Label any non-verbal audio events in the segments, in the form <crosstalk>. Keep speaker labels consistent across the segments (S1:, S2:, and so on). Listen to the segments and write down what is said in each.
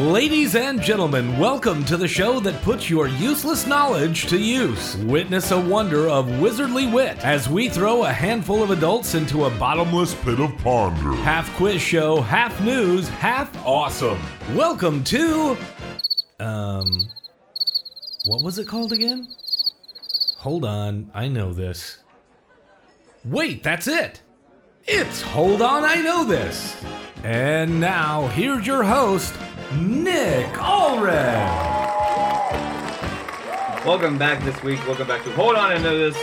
S1: Ladies and gentlemen, welcome to the show that puts your useless knowledge to use. Witness a wonder of wizardly wit as we throw a handful of adults into a bottomless
S2: Pit of Ponder.
S1: half quiz show, half news, half awesome. Welcome to. Um. What was it called again? Hold on, I know this. Wait, that's it! It's Hold On, I Know This! And now, here's your host, Nick Allred!
S3: Welcome back this week. Welcome back to Hold On I Know This.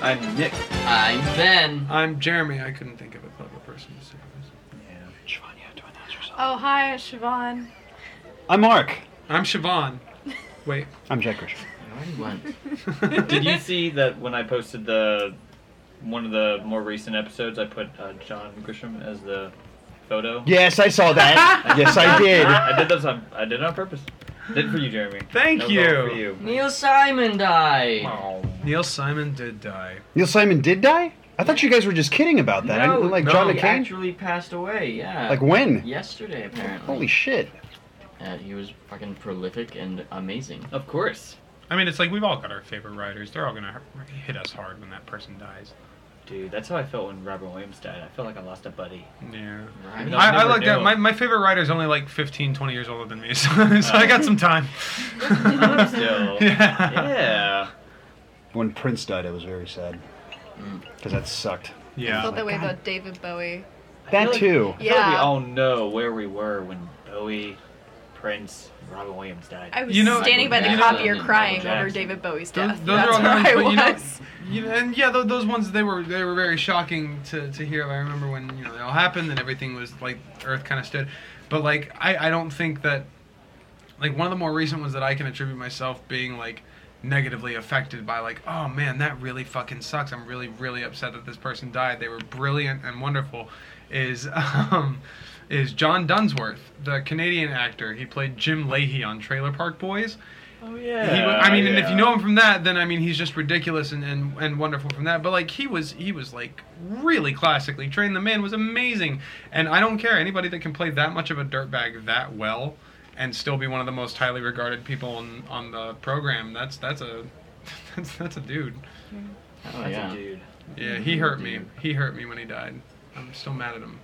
S3: I'm Nick.
S4: I'm Ben.
S5: I'm Jeremy. I couldn't think of a clever person to say this.
S6: Oh, hi, it's Siobhan.
S7: I'm Mark.
S5: I'm Siobhan. Wait.
S7: I'm Jack Richard.
S4: One.
S3: Did you see that when I posted the one of the more recent episodes, I put uh, John Grisham as the photo?
S7: Yes, I
S3: <laughs>
S7: saw that. yes, I did.
S3: I did this on I did it on purpose. Did it for you, Jeremy.
S5: Thank
S3: That was
S5: you.
S3: all for you.
S4: Neil Simon died.
S3: Wow.
S5: Neil Simon did die.
S7: Neil Simon did die? I thought you guys were just kidding about that. I, like
S5: no,
S7: John
S4: he
S7: McCain?
S4: actually passed away. Yeah.
S7: Like when?
S4: yesterday, apparently.
S7: Holy shit.
S4: Uh, he was fucking prolific and amazing.
S3: Of course.
S5: I mean, it's like we've all got our favorite writers. They're all gonna hit us hard when that person dies.
S3: Dude, that's how I felt when Robert Williams died. I felt like I lost a buddy.
S5: Yeah.
S4: Right?
S3: No, I
S5: I, I
S3: never
S5: like that.
S3: knew.
S5: My, my favorite writer's only like 15, 20 years older than me, so, <laughs> so I got some time.
S3: <laughs> Still.
S5: <laughs> yeah.
S3: <laughs> yeah.
S7: When Prince died, I was very sad.
S3: Mm.
S7: Because that sucked.
S6: I
S5: Yeah.
S6: felt that way about David Bowie.
S7: That too.
S3: I feel like we
S6: Yeah.
S3: all know where we were when Bowie, Prince, Robert Williams died.
S6: I was
S5: You know-
S6: standing by the
S4: Michael
S6: copier
S4: Jackson.
S6: crying
S3: Michael
S6: over
S3: Jackson.
S6: David Bowie's
S5: Those-
S6: death.
S5: those are
S6: That's
S5: all
S6: where
S5: nice,
S6: I
S5: but you know-
S6: was.
S5: You know, and yeah, tho- those ones they were they were very shocking to, to hear. I remember when you know they all happened and everything was like Earth kind of stood, but like I I don't think that like one of the more recent ones that I can attribute myself being like negatively affected by like oh man that really fucking sucks. I'm really really upset that this person died. They were brilliant and wonderful. Is <laughs> um is John Dunsworth the Canadian actor? He played Jim Leahy on Trailer Park Boys.
S3: oh
S5: He,
S3: yeah.
S5: wa- I mean, and if
S3: yeah.
S5: you know him from that, then I mean, he's just ridiculous and, and, and wonderful from that. But like, he was he was like really classically trained. The man was amazing, and I don't care anybody that can play that much of a dirtbag that well, and still be one of the most highly regarded people on, on the program. That's that's a <laughs> that's, that's a dude.
S4: Oh,
S3: That's
S4: yeah.
S3: a dude.
S5: Yeah,
S3: Mm-hmm.
S5: he hurt me. He hurt me when he died. I'm still mad at him.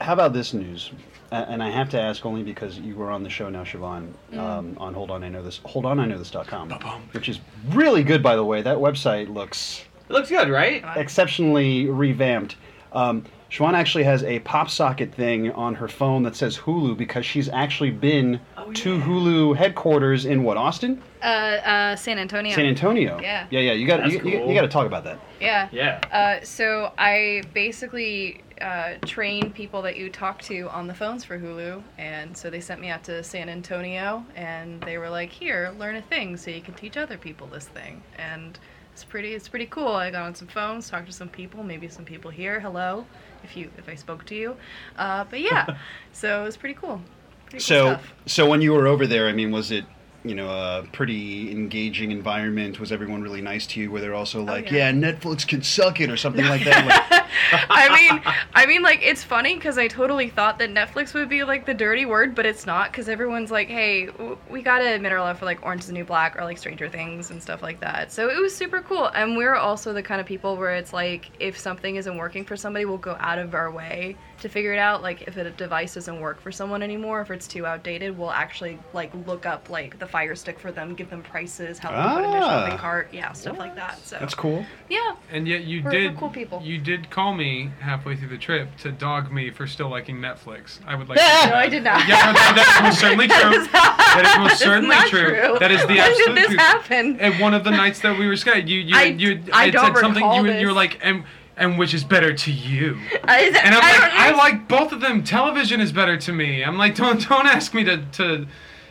S7: How about this news? A- And I have to ask only because you were on the show now, Siobhan,
S3: Mm.
S7: um, on Hold On, I Know This. Hold On, I Know This.com.
S5: Ba-bum.
S7: Which is really good, by the way. That website looks
S3: It looks good, right?
S7: exceptionally revamped. Um, Siobhan actually has a pop socket thing on her phone that says Hulu because she's actually been
S6: Oh,
S7: to Hulu headquarters in what Austin,
S6: Uh, uh, San Antonio.
S7: San Antonio.
S6: Yeah.
S7: yeah, yeah. You got
S3: That's
S7: you,
S3: cool.
S7: you got to talk about that.
S6: Yeah.
S3: Yeah.
S6: Uh, so I basically uh, train people that you talk to on the phones for Hulu, and so they sent me out to San Antonio, and they were like, "Here, learn a thing, so you can teach other people this thing." And it's pretty, it's pretty cool. I got on some phones, talked to some people, maybe some people here. Hello, if you, if I spoke to you, uh, but yeah, so it was pretty cool. Pretty cool
S7: So,
S6: stuff.
S7: so when you were over there, I mean, was it you know a pretty engaging environment? Was everyone really nice to you? Were they also like,
S6: Oh,
S7: yeah.
S6: yeah.
S7: Netflix can suck it or something
S6: <laughs>
S7: like that? Like,
S6: I mean, I mean, like it's funny because I totally thought that Netflix would be like the dirty word, but it's not because everyone's like, "Hey, w- we gotta admit our love for like Orange is the New Black or like Stranger Things and stuff like that." So it was super cool, and we're also the kind of people where it's like, if something isn't working for somebody, we'll go out of our way to figure it out. Like if a device doesn't work for someone anymore, if it's too outdated, we'll actually like look up like the Fire Stick for them, give them prices, help them put in their
S7: Ah.
S6: shopping cart, yeah, stuff like that. So
S7: that's cool.
S6: yeah,
S5: And yet you
S6: We're-
S5: did
S6: we're cool people.
S5: you did call me halfway through the trip to dog me for still liking Netflix. I would
S6: <laughs>
S5: like. to
S6: no, I did not.
S7: <laughs>
S5: Yeah, no,
S6: <laughs>
S5: that, that was certainly true. That is most certainly
S6: not
S5: true.
S6: true.
S5: That is the
S6: When
S5: absolute
S6: did this
S5: truth.
S6: happen?
S5: At one of the nights that we were sky, you you
S6: I-
S5: you
S6: I
S5: had
S6: don't
S5: said something.
S6: recall
S5: You were-
S6: this.
S5: you were like and. And which is better to you?
S6: I,
S5: And I'm
S6: I
S5: like,
S6: don't
S5: I
S6: know.
S5: like both of them. Television is better to me. I'm like, don't don't ask me to to.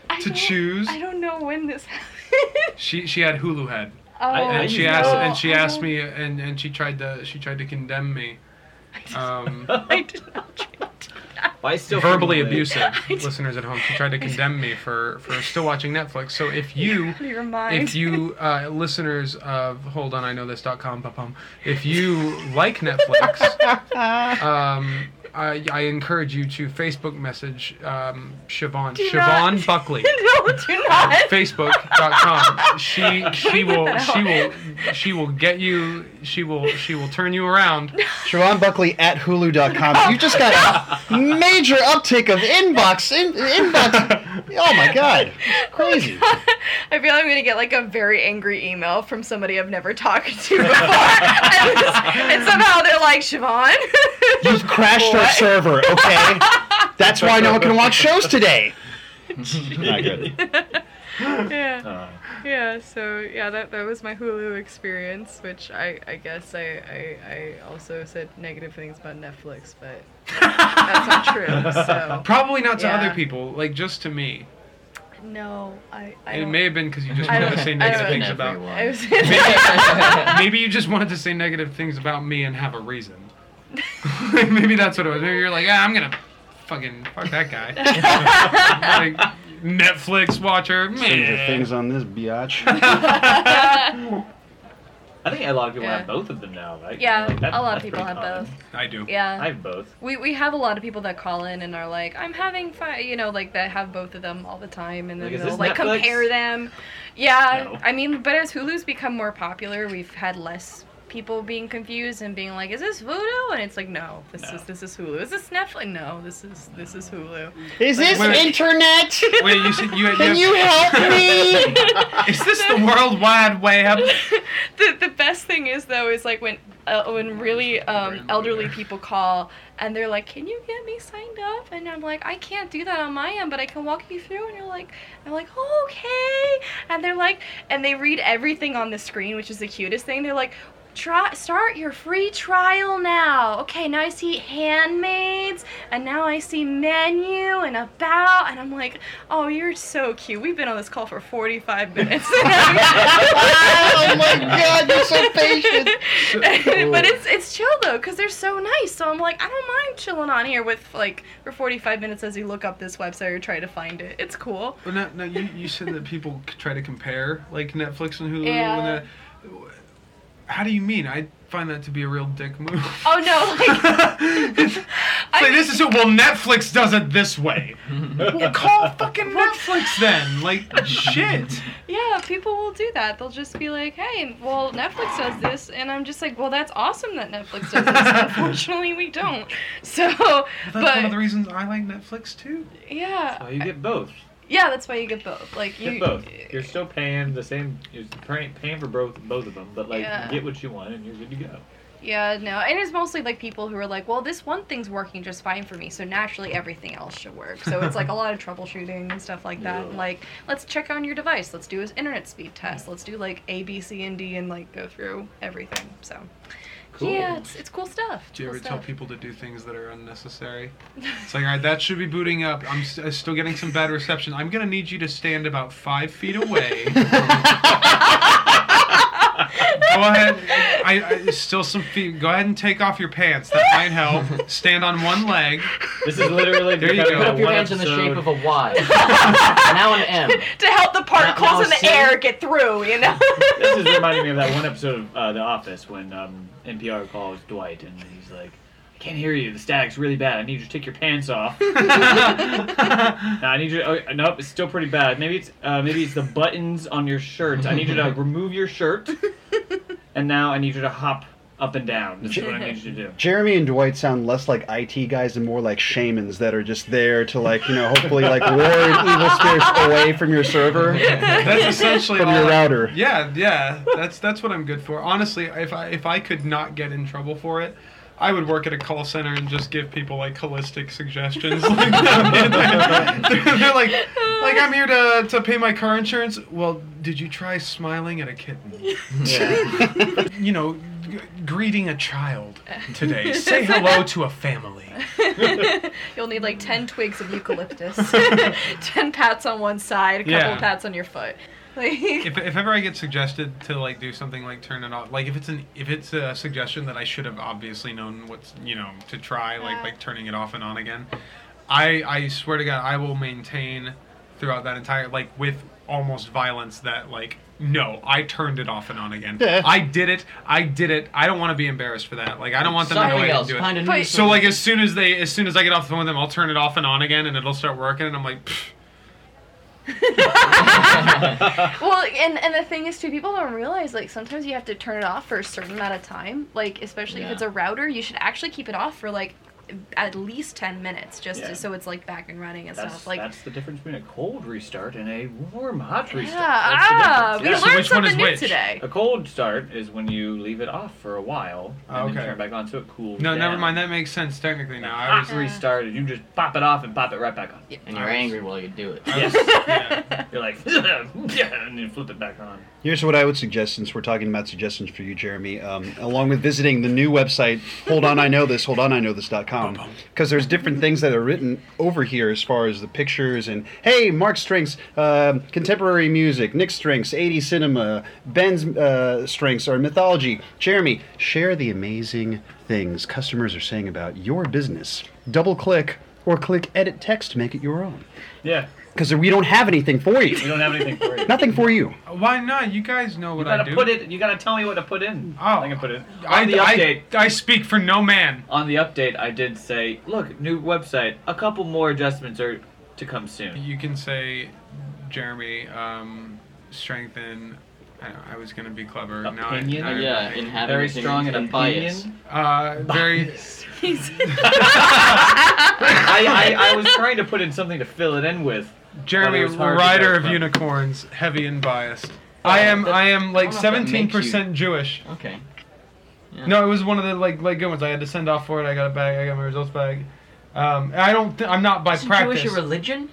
S6: I
S5: to
S6: don't-
S5: choose.
S6: I don't know when <laughs> this happened.
S5: She she had Hulu head,
S6: oh,
S3: I
S5: and she
S3: no,
S5: asked and she
S6: I
S5: asked
S6: don't-
S5: me and and she tried to she tried to condemn
S6: <laughs>
S5: me, um,
S6: I did not drink tea.
S3: Why still
S5: verbally
S3: fucking late?
S6: <laughs>
S3: <laughs>
S5: abusive. Listeners at home, she tried to condemn me for for still watching Netflix. So if
S6: <laughs>
S5: you
S6: out of your mind.
S5: if you
S6: <laughs>
S5: uh, listeners of hold
S6: <laughs>
S5: on i know this.com if you like netflix um, I, I encourage you to Facebook message um, Siobhan
S6: Do
S5: Siobhan
S6: not- <laughs>
S5: Buckley.
S6: no, do not.
S5: Facebook.com.
S6: <laughs>
S5: She she
S6: Bleep
S5: will
S6: that
S5: she
S6: out.
S5: will she will get you she will she will turn you around.
S6: <laughs>
S7: Sharon Buckley at Hulu.com. You just got a major uptick of inbox in, inbox. Oh my god, crazy.
S6: I feel like I'm gonna get like a very angry email from somebody I've never talked <laughs> to before, and, and somehow they're like Siobhan. <laughs>
S7: You've crashed our server. Okay, that's why no one can watch shows today. Not
S3: <laughs>
S7: good.
S6: yeah.
S3: Uh,
S6: Yeah, so yeah, that, that was my Hulu experience, which I, I guess I, I, I also said negative things about Netflix, <laughs> but that's not true. So
S5: Probably not to
S6: Yeah.
S5: other people, like just to me.
S6: no, I, I
S5: It
S6: don't-
S5: may have been because you just
S6: I
S5: wanted to
S6: don't-
S5: say
S6: I
S5: negative
S6: don't-
S5: things
S4: Been
S5: about.
S6: <laughs> I was <laughs>
S5: Maybe you just wanted to say negative things about me and have a reason. <laughs> maybe that's what it was. Maybe you're like, ah, I'm gonna fucking fuck that
S6: <laughs>
S5: guy. like Netflix watcher.
S7: Things
S5: meh.
S7: are things on this biatch.
S3: I think a lot of people
S6: Yeah.
S3: have both of them now, right?
S6: yeah,
S3: Like, that-
S6: a lot
S3: that's
S6: of people
S3: pretty
S6: have
S3: common.
S6: both.
S5: I do.
S6: Yeah,
S3: I have both.
S6: we we have a lot of people that call in and are like, I'm having fun, you know, like that have both of them all the time, and then
S3: Like, is
S6: they'll
S3: this
S6: like
S3: Netflix?
S6: compare them. Yeah,
S3: No.
S6: I mean, but as Hulu's become more popular, we've had less people being confused and being like, "Is this Voodoo?" And it's like, "No, this
S3: No.
S6: is this is Hulu. Is this Netflix? No, this is this is Hulu."
S7: Is this
S5: Wait.
S7: <laughs> internet?
S5: Wait, you said you.
S7: Can you help <laughs> me?
S5: Is this the World Wide Web?
S6: <laughs> the the best thing is though is like when uh, when really um, elderly people call and they're like, "Can you get me signed up?" And I'm like, "I can't do that on my end, but I can walk you through." And you're like, "I'm like, okay." And they're like, and they read everything on the screen, which is the cutest thing. They're like. Try, start your free trial now. Okay, now I see handmaids, and now I see menu and about, and I'm like, oh, you're so cute. We've been on this call for 45 minutes. <laughs>
S7: oh my god, you're so patient.
S6: <laughs> but it's it's chill though, cause they're so nice. So I'm like, I don't mind chilling on here with like for 45 minutes as you look up this website or try to find it. It's cool.
S5: But no, no. You, you said that people c- try to compare like Netflix and Hulu.
S6: Yeah.
S5: And that. How do you mean? I find that to be a real dick move.
S6: Oh no, like <laughs>
S5: it's <laughs>
S6: I
S5: like, this is it. Well, Netflix does it this way. well, call fucking Netflix then. Like shit.
S6: yeah, people will do that. They'll just be like, hey, well Netflix does this, and I'm just like, well that's awesome that Netflix
S5: <laughs>
S6: does this. Unfortunately, we don't. <laughs> So,
S5: That's one of the
S6: but
S5: reasons I like Netflix too.
S6: yeah,
S3: Oh, you get both.
S6: yeah, that's why you get both. Like
S3: You
S6: you.
S3: get both. You're still paying the same. You're paying, paying for both both of them, but like
S6: Yeah.
S3: you get what you want and you're good to go.
S6: Yeah, no, and it's mostly like people who are like, well, this one thing's working just fine for me, so naturally everything else should work. So it's like a lot of troubleshooting and stuff like that.
S3: Yeah.
S6: And like, let's check on your device. Let's do an internet speed test. Let's do like A, B, C, and D, and like go through everything. So
S3: Cool.
S6: yeah, it's it's cool stuff.
S5: Do you
S6: cool
S5: ever tell
S6: stuff.
S5: people <laughs> to do things that are unnecessary? It's like, all right, that should be booting up. I'm s- uh, still getting some bad reception. I'm gonna need you to stand about five feet away. Go ahead. I, I still some feet. Go ahead and take off your pants. That might help. Stand on one leg.
S3: This is <laughs> literally
S5: There you
S3: becoming a
S4: <laughs> Put
S5: go. Put
S4: up your
S3: one
S4: hands in the
S3: episode-
S4: shape of a Y. now an M.
S6: <laughs> to help the particles
S4: now
S6: in the
S4: see?
S6: air get through? You know.
S3: This is reminding me of that one episode of uh, The Office when um, NPR calls Dwight and he's like, I can't hear you. The static's really bad. I need you to take your pants
S6: <laughs>
S3: off. <laughs> Nah, I need you. Oh, nope, it's still pretty bad. Maybe it's uh, maybe it's the buttons on your shirt. I need you
S6: <laughs>
S3: to remove your shirt. And now I need you to hop up and down. This is what I need you to do.
S7: Jeremy and Dwight sound less like IT guys and more like shamans that are just there to like, you know, hopefully like ward evil spirits away from your server,
S5: That's essentially
S7: from
S5: all
S7: your
S5: I-
S7: router.
S5: Yeah, yeah. That's that's what I'm good for. Honestly, if I if I could not get in trouble for it, I would work at a call center and just give people like holistic suggestions. <laughs> Like, they're, they're like, like I'm here to to pay my car insurance. Well, did you try smiling at a kitten?
S3: Yeah.
S5: You know, g- greeting a child today. Say hello to a family.
S6: <laughs> You'll need like ten twigs of eucalyptus, <laughs> ten pats on one side, a couple
S5: Yeah.
S6: pats on your foot. <laughs> Like,
S5: If, if ever I get suggested to like do something like turn it off, like if it's an if it's a suggestion that I should have obviously known what's you know to try like
S6: Yeah.
S5: like turning it off and on again, I I swear to God I will maintain throughout that entire like with almost violence that like no, I turned it off and on again.
S7: Yeah.
S5: I did it. I did it. I don't want to be embarrassed for that. Like I don't want them to know I
S4: Something
S5: didn't
S4: else.
S5: do it.
S4: Find a
S6: But-
S4: new
S5: So like as soon as they as soon as I get off the phone with them, I'll turn it off and on again, and it'll start working. And I'm like, "Pfft,
S6: Well, and and the thing is too, people don't realize like sometimes you have to turn it off for a certain amount of time. Like especially if
S4: Yeah.
S6: it's a router, you should actually keep it off for like at least ten minutes, just
S3: Yeah.
S6: to, so it's like back and running and
S3: That's,
S6: stuff. Like
S3: that's the difference between a cold restart and a warm hot
S6: yeah,
S3: restart.
S6: ah,
S3: That's the
S6: we
S3: difference.
S5: So which
S6: learned
S5: one is
S6: something new
S5: which?
S6: today.
S3: A cold start is when you leave it off for a while and
S5: Oh,
S3: then
S5: okay.
S3: turn it back on so it cools
S5: no,
S3: down.
S5: never mind. That makes sense technically now. I
S3: I
S5: was
S4: Uh-uh.
S3: was restarted. You just pop it off and pop it right back on.
S4: and you're angry while you do it. <laughs>
S3: Yes.
S5: yeah.
S3: You're like, <laughs> yeah, and you flip it back on.
S7: Here's what I would suggest since we're talking about suggestions for you, Jeremy, um, along with visiting the new website, hold on, I know this, hold on, I know this.com. Because there's different things that are written over here as far as the pictures and, hey, Mark Strinks, um contemporary music, Nick Strinks, 80 cinema, Ben's uh, Strinks, our mythology. Jeremy, share the amazing things customers are saying about your business. Double click or click edit text to make it your own.
S3: Yeah.
S7: Because we don't have anything for
S3: We <laughs>
S7: you.
S3: don't have anything for you.
S7: Nothing for you.
S5: Why not? You guys know
S3: You
S5: what I
S3: gotta
S5: do.
S3: put it. You gotta tell me what to put in.
S5: Oh.
S3: I can put it. On
S5: I,
S3: the update.
S5: I, I speak for no man.
S3: on the update, I did say, look, new website. A couple more adjustments are to come soon.
S5: You can say, Jeremy, um, strengthen. I, don't know, I was gonna be clever. Now I-
S3: Opinion?
S5: I,
S4: yeah, and have
S3: Very
S4: everything
S3: strong and a
S4: in bias.
S3: opinion.
S5: Uh, very.
S6: <laughs>
S3: I, I, I was trying to put in something to fill it in with.
S5: Jeremy,
S3: But it was hard to
S5: rider
S3: go
S5: of
S3: from-
S5: unicorns, heavy and biased. I am. I
S4: I don't know if
S5: am like
S4: that makes you-
S5: seventeen percent Jewish.
S4: Okay.
S5: No, it was one of the like like good ones. I had to send off for it. I got a bag. I got my results bag. Um, I don't. Th- I'm not by practice.
S4: Jewish a religion?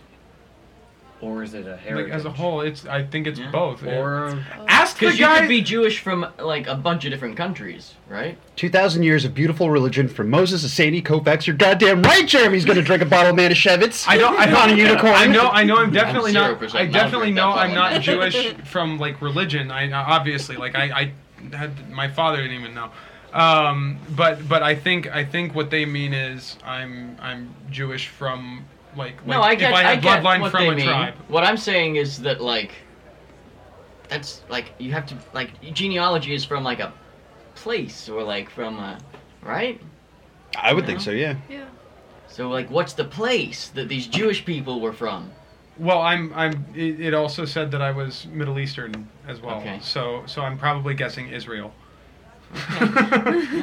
S3: Or is it a heritage?
S5: like as a whole, it's. I think it's
S4: Yeah.
S5: both.
S3: Or
S5: ask the
S4: Because you
S5: guy.
S4: could be Jewish from like a bunch of different countries, right?
S7: 2,000 years of beautiful religion from Moses to Sandy Koufax. You're goddamn right, Jeremy's gonna drink a bottle of Manischewitz.
S5: I don't. I
S7: Not a
S5: don't.
S7: unicorn.
S5: I know. I know. I'm definitely not.
S4: 0%
S5: I
S4: not
S5: definitely
S4: Greek,
S5: know.
S4: that's all
S5: I'm
S4: I
S5: not
S4: know.
S5: Jewish from like religion. I obviously like I. I had my father didn't even know. Um, but but I think I think what they mean is I'm I'm Jewish from like, like
S4: no, I get.
S5: if I
S4: I
S5: had
S4: get
S5: bloodline
S4: what
S5: from
S4: they
S5: a
S4: mean.
S5: tribe.
S4: What I'm saying is that like, that's like you have to like genealogy is from like a place or like from a right.
S7: I would think so, yeah.
S6: Yeah.
S4: So like, what's the place that these Jewish people were from?
S5: Well, I'm I'm. It, it also said that I was Middle Eastern as well.
S4: Okay.
S5: So so I'm probably guessing Israel.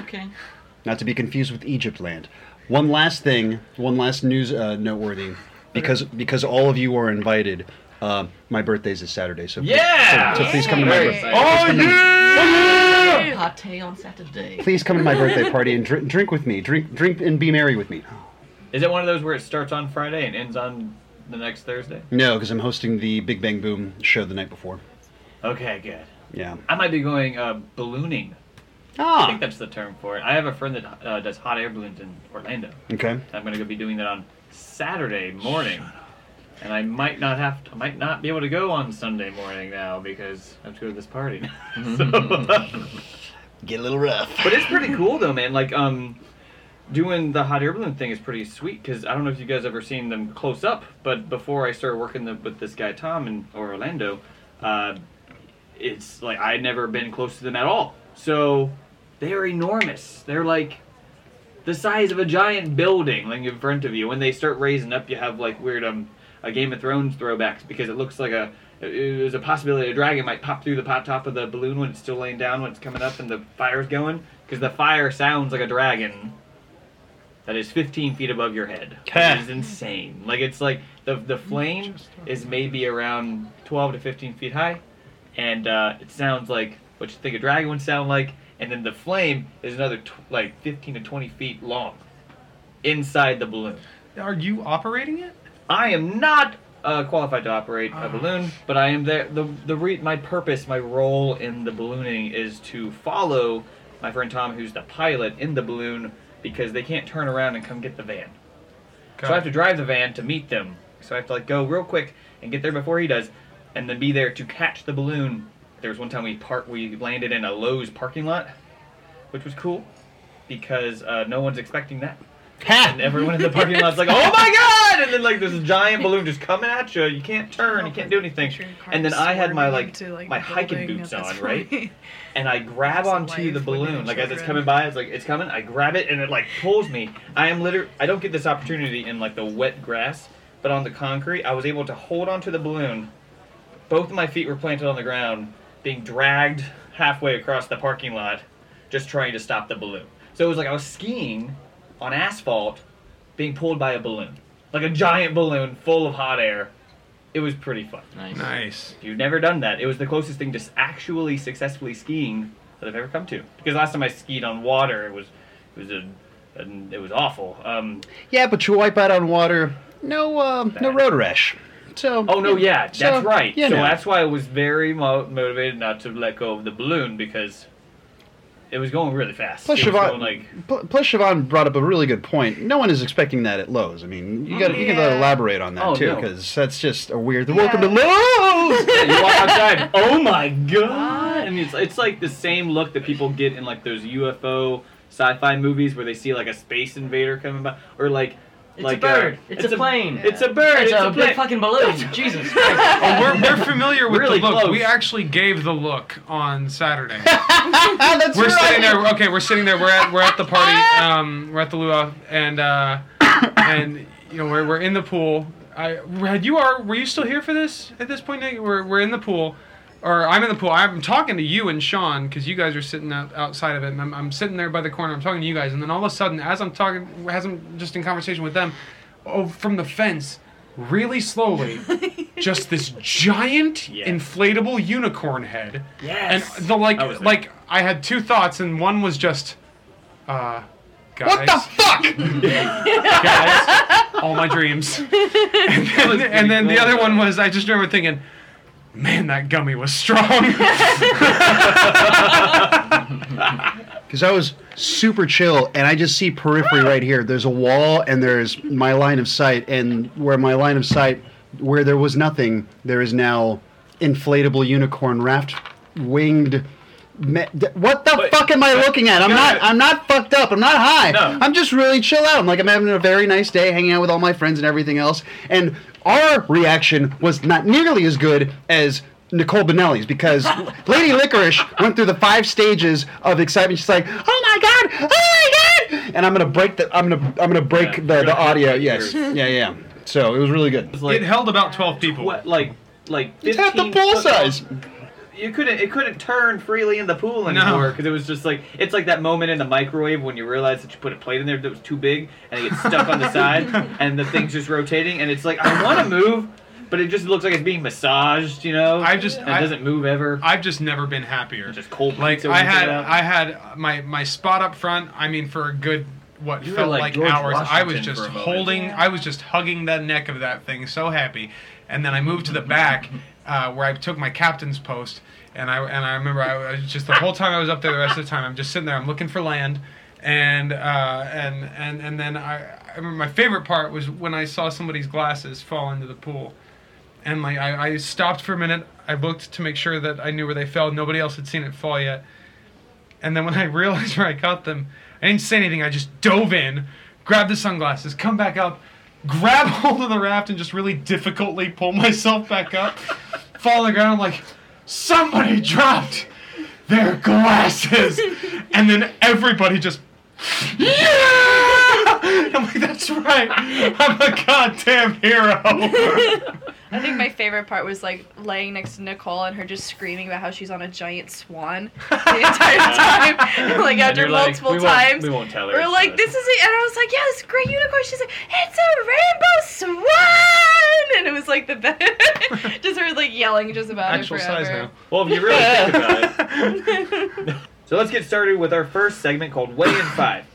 S4: Okay.
S7: Not to be confused with Egypt land. One last thing, one last news uh, noteworthy, because because all of you are invited. Uh, my birthday's this Saturday, so please-
S3: Yeah!
S7: so, so please come to my
S4: Yay!
S7: birthday.
S5: Oh yeah!
S4: Pate on Saturday.
S7: Please come to my birthday party and drink, drink with me. Drink, drink, and be merry with me.
S3: is it one of those where it starts on Friday and ends on the next Thursday?
S7: No, because I'm hosting the Big Bang Boom show the night before.
S3: Okay, good.
S7: Yeah.
S3: I might be going uh, ballooning. I think
S7: Ah.
S3: that's the term for it. I have a friend that uh, does hot air balloons in Orlando.
S7: Okay.
S3: I'm gonna go be doing that on Saturday morning, and I might not have to, I might not be able to go on Sunday morning now because I have to go to this party. <laughs> so,
S7: <laughs> Get a little rough.
S3: but it's pretty cool though, man. Like um, doing the hot air balloon thing is pretty sweet because I don't know if you guys ever seen them close up, but before I started working the, with this guy Tom in Orlando, uh, it's like I had never been close to them at all. So they're enormous. They're like the size of a giant building like in front of you. When they start raising up, you have like weird um a Game of Thrones throwbacks because it looks like a there's a possibility a dragon might pop through the pop top of the balloon when it's still laying down when it's coming up and the fire's going because the fire sounds like a dragon that is 15 feet above your head. It is insane. Like it's like the the flame is maybe around 12 to 15 feet high, and uh, it sounds like what you think a dragon would sound like, and then the flame is another tw- like 15 to 20 feet long inside the balloon.
S5: Are you operating it?
S3: I am not uh, qualified to operate a balloon, but I am there. The the re- my purpose, my role in the ballooning is to follow my friend Tom, who's the pilot in the balloon, because they can't turn around and come get the van. So I have to drive the van to meet them. So I have to like go real quick and get there before he does, and then be there to catch the balloon. There was one time we part we landed in a Lowe's parking lot, which was cool, because uh, no one's expecting that. and everyone in the parking lot's like, "Oh my god!" And then like there's a
S6: <laughs>
S3: giant balloon just coming at you. You can't turn. You can't do anything.
S6: Sure, your
S3: <laughs>
S6: car
S3: And then
S6: is
S3: I had my
S6: swerving
S3: like
S6: into,
S3: my hiking
S6: building
S3: boots
S6: at this
S3: on, right?
S6: point. <laughs>
S3: And I grab
S6: It's a
S3: onto the
S6: life, women
S3: balloon
S6: and
S3: like as it's
S6: children.
S3: coming by. It's like it's coming. I grab it and it like pulls me. I am literally. I don't get this opportunity in like the wet grass, but on the concrete, I was able to hold onto the balloon. Both of my feet were planted on the ground, being dragged halfway across the parking lot, just trying to stop the balloon. So it was like I was skiing on asphalt, being pulled by a balloon, like a giant balloon full of hot air. It was pretty fun.
S4: Nice.
S5: Nice.
S3: If you've never done that, it was the closest thing to s- actually successfully skiing that I've ever come to. Because last time I skied on water, it was it was a, an- it was awful. Um,
S7: Yeah, but you wipe out on water. No, uh, no
S3: Bad.
S7: road rash. So.
S3: oh no, yeah, that's
S7: So,
S3: right.
S7: you
S3: so
S7: know.
S3: that's why I was very mo- motivated not to let go of the balloon because it was going really fast.
S7: Plus
S3: it was
S7: Siobhan,
S3: going like
S7: pl- plus Siobhan brought up a really good point. No one is expecting that at Lowe's. I mean, you got to you got
S6: Yeah.
S7: to elaborate on that
S3: Oh,
S7: too,
S3: no.
S7: because that's just a weird.
S6: Yeah.
S7: Welcome
S3: <laughs>
S7: to Lowe's.
S3: Yeah, you walk
S4: <laughs>
S3: outside. Oh my god! And it's it's like the same look that people get in like those UFO sci-fi movies where they see like a space invader coming by, or like
S4: It's
S3: like uh,
S4: a bird. it's, a plane.
S3: It's a bird.
S4: It's, a,
S3: plane.
S4: big fucking balloon. <laughs> Jesus Christ.
S5: Oh, we're, we're familiar with
S3: Really
S5: the look.
S3: close.
S5: We actually gave the look on Saturday.
S3: <laughs>
S7: Ah, that's
S5: we're
S7: right.
S5: sitting there. Okay, we're sitting there. We're at we're at the party. Um, we're at the luau, and uh, and you know we're, we're in the pool. I had you are were you still here for this at this point? Nate? We're we're in the pool, or I'm in the pool. I'm talking to you and Sean because you guys are sitting out, outside of it, and I'm, I'm sitting there by the corner. I'm talking to you guys, and then all of a sudden, as I'm talking, as I'm just in conversation with them, oh, from the fence. Really slowly, just this giant
S3: Yes.
S5: inflatable unicorn head
S3: Yes.
S5: and the like,
S3: I was there.
S5: like I had two thoughts, and one was just, uh, guys,
S7: What the fuck?
S5: <laughs> guys, all my dreams. <laughs> And then,
S3: pretty
S5: and then the
S3: cool.
S5: other one was I just remember thinking, man, that gummy was strong.
S7: Because I was super chill, and I just see periphery right here. There's a wall, and there's my line of sight, and where my line of sight, where there was nothing, there is now inflatable unicorn raft winged. Me- d- what the
S3: But-
S7: fuck am I looking at? I'm
S3: God.
S7: not. I'm not fucked up. I'm not high.
S3: No.
S7: I'm just really chill out. I'm like I'm having a very nice day, hanging out with all my friends and everything else. And our reaction was not nearly as good as Nicole Benelli's because Lady Licorice went through the five stages of excitement. She's like, "Oh my god! Oh my god!" And I'm gonna break the. I'm gonna. I'm gonna break
S3: Yeah.
S7: the, the audio. Yes.
S3: Yours.
S7: Yeah. Yeah. So it was really good.
S3: It's
S5: it
S3: like
S5: held about twelve people.
S3: what like like
S7: It's half the
S3: 15
S7: pool
S3: foot long-
S7: size.
S3: You couldn't. It couldn't turn freely in the pool anymore because it was just like it's like that moment in the microwave when you realize that you put a plate in there that was too big and it gets stuck on the
S5: <laughs>
S3: side and the thing's just rotating and it's like I want to move, but it just looks like it's being massaged. You know,
S5: I just-
S3: and it
S5: I-
S3: doesn't move ever.
S5: I've just never been happier.
S3: just cold
S5: Like
S3: pizza
S5: I
S3: when you
S5: had,
S3: pick it up.
S5: I had my my spot up front. I mean, for a good what
S3: You were
S5: felt
S3: like
S5: like,
S3: George
S5: hours, I was
S3: Washington
S5: just
S3: for a moment.
S5: holding, I was just hugging the neck of that thing, so happy. And then I moved to
S3: <laughs>
S5: the back, uh, where I took my captain's post, and I and I remember I was just the whole time I was up there. The rest of the time, I'm just sitting there, I'm looking for land, and uh, and and and then I, I remember my favorite part was when I saw somebody's glasses fall into the pool and like I, I stopped for a minute. I looked to make sure that I knew where they fell. Nobody else had seen it fall yet. And then when I <laughs> realized where I got them, I didn't say anything. I just dove in, grabbed the sunglasses, come back up, grab <laughs> hold of the raft, and just really difficultly pull myself back up, fall on the ground. I'm like, somebody dropped their glasses, <laughs> and then everybody just. Yeah! <laughs> I'm like, that's right. I'm a goddamn hero.
S6: I think my favorite part was like laying next to Nicole and her just screaming about how she's on a giant swan the entire time. <laughs> like
S3: And
S6: after
S3: you're like,
S6: multiple
S3: "We won't-
S6: times.
S3: we won't tell her.
S6: We're
S3: it's
S6: like,
S3: us."
S6: this is it. And I was like, yeah, this great unicorn. She's like, it's a rainbow swan. And it was like the best. <laughs> just her like yelling just about
S5: Actual
S6: it forever.
S5: size now.
S3: Well, if you really think about it. So let's get started with our first segment called Weigh In 5.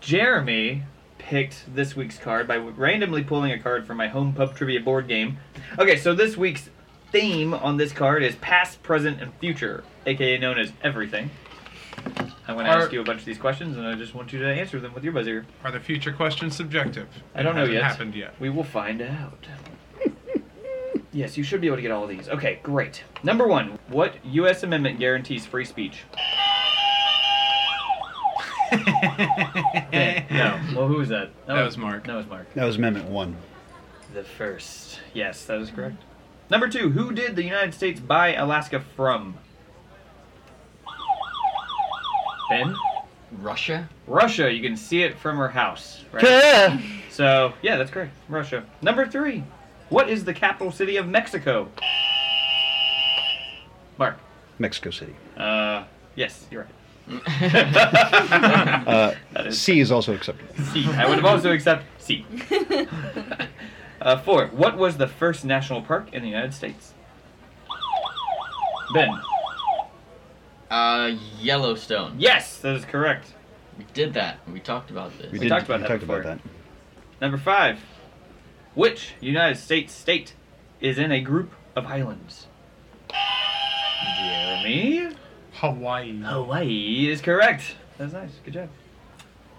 S3: Jeremy picked this week's card by randomly pulling a card from my home pub trivia board game. Okay, so this week's theme on this card is past, present, and future, aka known as everything. I'm going to
S5: Are-
S3: ask you a bunch of these questions, and I just want you to answer them with your buzzer.
S5: Are the future questions subjective?
S3: I don't
S5: It
S3: know
S5: hasn't
S3: yet.
S5: Happened yet?
S3: We will find out. <laughs> yes, you should be able to get all these. Okay, great. Number one, what U.S. amendment guarantees free speech? Hey, no. Well, who was that?
S5: That was Mark.
S3: That was Mark.
S7: <laughs> That was Amendment 1.
S3: The first. Yes, that is correct. Number two, who did the United States buy Alaska from? Ben?
S4: Russia?
S3: Russia. You can see it from her house. Right?
S7: Yeah.
S3: so, yeah, that's correct. Russia. Number three, what is the capital city of Mexico? Mark.
S7: Mexico City.
S3: Uh, yes, you're right.
S7: <laughs> Uh,
S3: That is
S7: C is also acceptable.
S3: <laughs> C. I would have also accepted C. uh, four. What was the first national park in the United States? Ben.
S4: Uh, Yellowstone.
S3: Yes, that is correct.
S4: We did that. We talked about this.
S7: We,
S3: did. talked about
S7: we
S3: that
S7: talked about
S3: before.
S7: that.
S3: Number five. Which United States state is in a group of islands? Jeremy.
S5: Hawaii.
S3: Hawaii is correct. That's nice. Good job.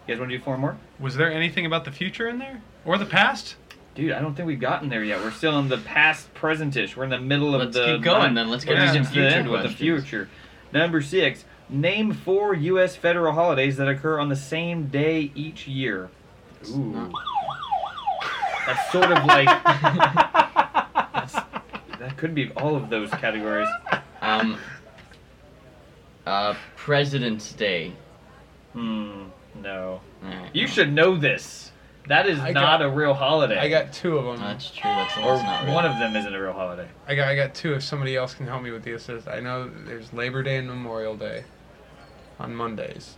S3: You guys want to do four more?
S5: Was there anything about the future in there or the past?
S3: Dude, I don't think we've gotten there yet. We're still in the past presentish. We're in the middle of
S4: Let's
S3: the.
S4: keep going
S3: month.
S4: then. Let's
S3: We're
S4: get
S5: Yeah.
S4: into
S3: into the
S4: some future
S3: end with the
S4: questions.
S3: future. Number six. Name four U.S. federal holidays that occur on the same day each year. Ooh. That's sort of
S5: <laughs>
S3: like. That's- that could be all of those categories.
S4: Um, uh, President's Day.
S3: Hmm. No.
S4: Alright,
S3: You
S4: no.
S3: should know this. That is
S5: I
S3: not
S5: got-
S3: a real holiday.
S5: I got two of them.
S4: That's true. That's,
S3: Or
S4: that's not real.
S3: one of them isn't a real holiday.
S5: I got I got two. If somebody else can help me with the assist, I know there's Labor Day and Memorial Day on Mondays.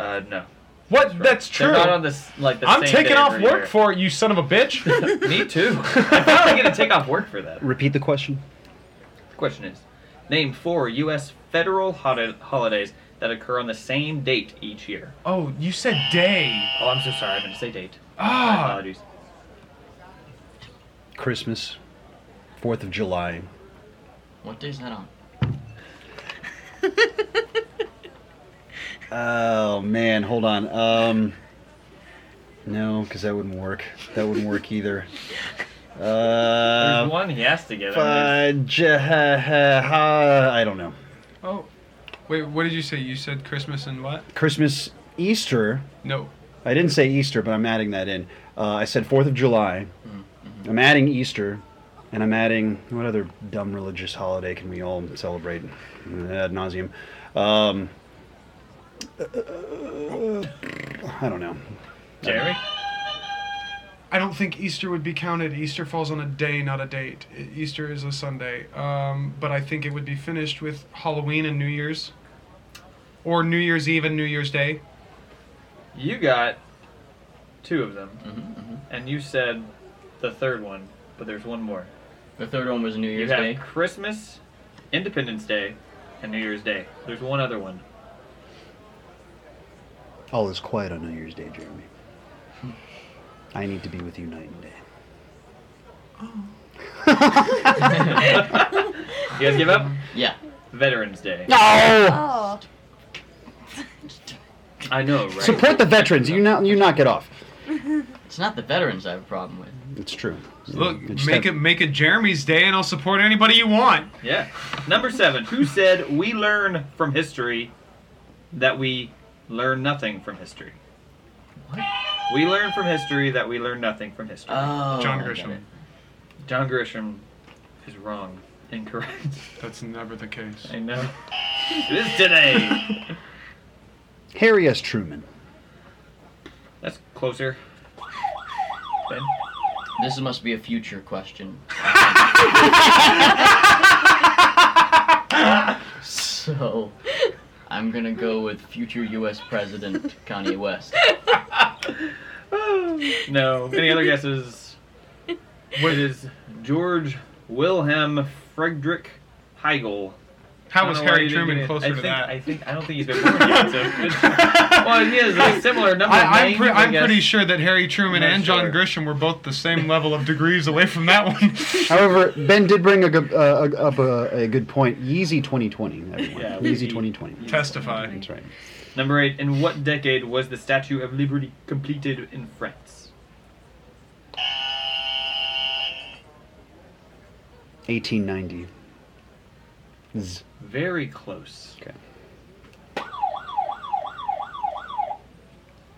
S3: Uh, no.
S5: What? That's
S3: They're not on this like the
S5: I'm
S3: same
S5: taking
S3: day
S5: off
S3: every
S5: work
S3: year.
S5: for it, you son of a
S3: <laughs>
S5: bitch. <laughs>
S3: Me too. I'm finally gonna take off work for that.
S7: Repeat the question.
S3: The question is, name four U.S. federal holi- holidays that occur on the same date each year.
S5: oh, you said day.
S3: Oh, I'm so sorry. I meant to say date. My
S5: Ah,
S3: apologies.
S7: Christmas, 4th of July.
S4: What day is that on?
S7: Oh, man. Hold on. Um, no, because that wouldn't work. That wouldn't work
S3: <laughs>
S7: either.
S3: There's
S7: Uh,
S3: one he has to get. I mean,
S7: fudge. uh, ha, ha, ha. I don't know.
S5: oh, wait. What did you say? You said Christmas and what?
S7: Christmas, Easter.
S5: No.
S7: I didn't say Easter, but I'm adding that in. Uh, I said 4th of July.
S5: Mm-hmm.
S7: I'm adding Easter. And I'm adding, what other dumb religious holiday can we all celebrate Uh, ad nauseum? Um, uh, I don't know.
S3: Jeremy.
S5: I don't think Easter would be counted. Easter falls on a day, not a date. E- Easter is a Sunday. Um, but I think it would be finished with Halloween and New Year's, or New Year's Eve and New Year's Day.
S3: You got two of them,
S5: Mm-hmm,
S4: hmm hmm
S3: and you said the third one, but there's one more.
S4: The third one was New
S3: You
S4: Year's
S3: have
S4: Day.
S3: Christmas, Independence Day, and New Year's Day. There's one other one.
S7: All is quiet on New Year's Day, Jeremy. I need to be with you night and day.
S3: You guys give up?
S4: Yeah.
S3: Veterans Day.
S7: No!
S6: Oh.
S3: I know, right?
S7: Support the veterans. You not you knock it off.
S4: It's not the veterans I have a problem with.
S7: It's true.
S5: Look,
S7: It's just
S5: make
S7: that-
S5: it make it Jeremy's Day, and I'll support anybody you want.
S3: Yeah. Number seven. Who said we learn from history that we learn nothing from history?
S4: What?
S3: We learn from history that we learn nothing from history.
S4: Oh.
S5: John
S4: I get
S5: Grisham.
S4: it.
S3: John Grisham is wrong. Incorrect. <laughs>
S5: That's never the case.
S3: I know. it is today.
S7: Harry S. Truman.
S3: That's closer. Ben?
S4: This must be a
S3: <laughs>
S4: future question. so, I'm gonna go with future U.S. President Kanye West.
S3: No. Any other guesses? What it is George Wilhelm Friedrich Heigl.
S5: How was
S3: I don't know why
S5: Harry
S3: you didn't get
S5: Truman
S3: it.
S5: closer
S3: I
S5: to
S3: think,
S5: that?
S3: I think I don't think he's been born yet. <laughs> So
S5: <laughs>
S3: well, he has a similar number. of
S5: I, am
S3: names,
S5: pre-
S3: I
S5: I'm pretty
S3: guess.
S5: sure that Harry Truman
S3: I'm not
S5: and John Grisham were both the same level of degrees away from that
S3: <laughs>
S5: one.
S7: However, Ben did bring a, good- uh, a- up a, a good point. Yeezy 2020, everyone.
S3: Yeah,
S7: Yeezy
S3: Yeezy.
S7: 2020.
S5: Testify.
S7: That's right.
S3: Number eight. In what decade was the Statue of Liberty completed in France?
S7: 1890. Z.
S3: Very close.
S7: Okay.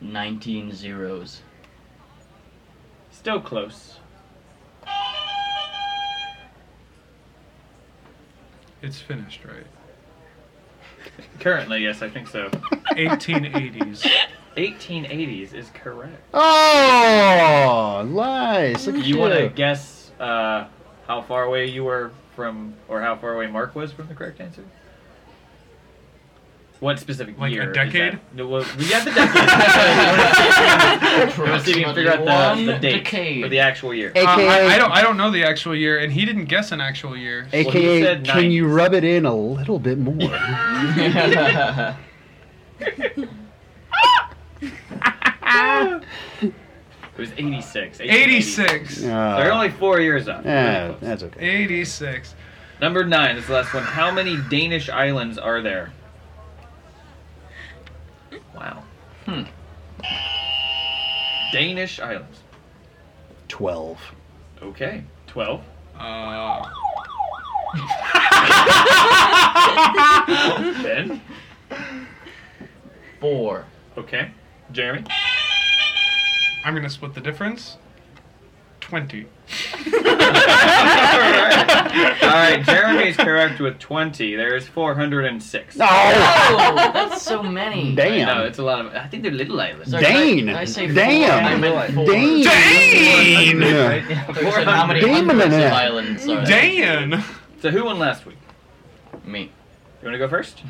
S4: 19 zeros.
S3: Still close.
S5: It's finished, right?
S3: Currently, yes, I think so.
S5: 1880s.
S3: 1880s is correct.
S7: Oh, nice. Look at
S3: You want to guess uh, how far away you were from, or how far away Mark was from the correct answer? What specific
S5: Like a
S3: year? is
S5: decade?
S3: that? No, well, we got the decade. <laughs> We're gonna see if we can figure out the, the
S4: One
S3: date
S4: decade.
S3: for the actual year.
S5: Uh, I,
S7: AKA,
S5: I don't. I don't know the actual year, and he didn't guess an actual year.
S7: AKA
S3: he said
S7: can you
S3: 90s.
S7: rub it in a little
S3: <laughs>
S7: bit more? Uh,
S4: <laughs>
S3: It was 86.
S5: 86.
S7: Uh,
S3: They're only four years up.
S7: yeah,
S3: Really close.
S7: that's okay.
S5: 86.
S3: Number nine is the last one. How many Danish islands are there? Wow.
S4: Hmm.
S3: Danish islands.
S7: 12.
S3: Okay. <laughs> Twelve.
S5: Uh,
S3: Ben.
S4: Four.
S3: Okay. Jeremy. <laughs>
S5: I'm gonna split the difference. <laughs> 20.
S3: All right. All right. Jeremy is correct with twenty. There is four hundred and six. <laughs>
S7: No!
S4: Oh, that's so many.
S7: Damn.
S3: No, it's a lot of. I think they're little islands.
S4: Sorry,
S7: Dane.
S4: did I, did I say four?
S7: Damn.
S4: I meant four.
S7: Dane! Dane!
S4: I thought you said how many
S7: Damn
S4: hundreds of
S7: it.
S4: islands are there?
S5: Dan.
S3: So who won last week?
S4: Me.
S3: You want to go first?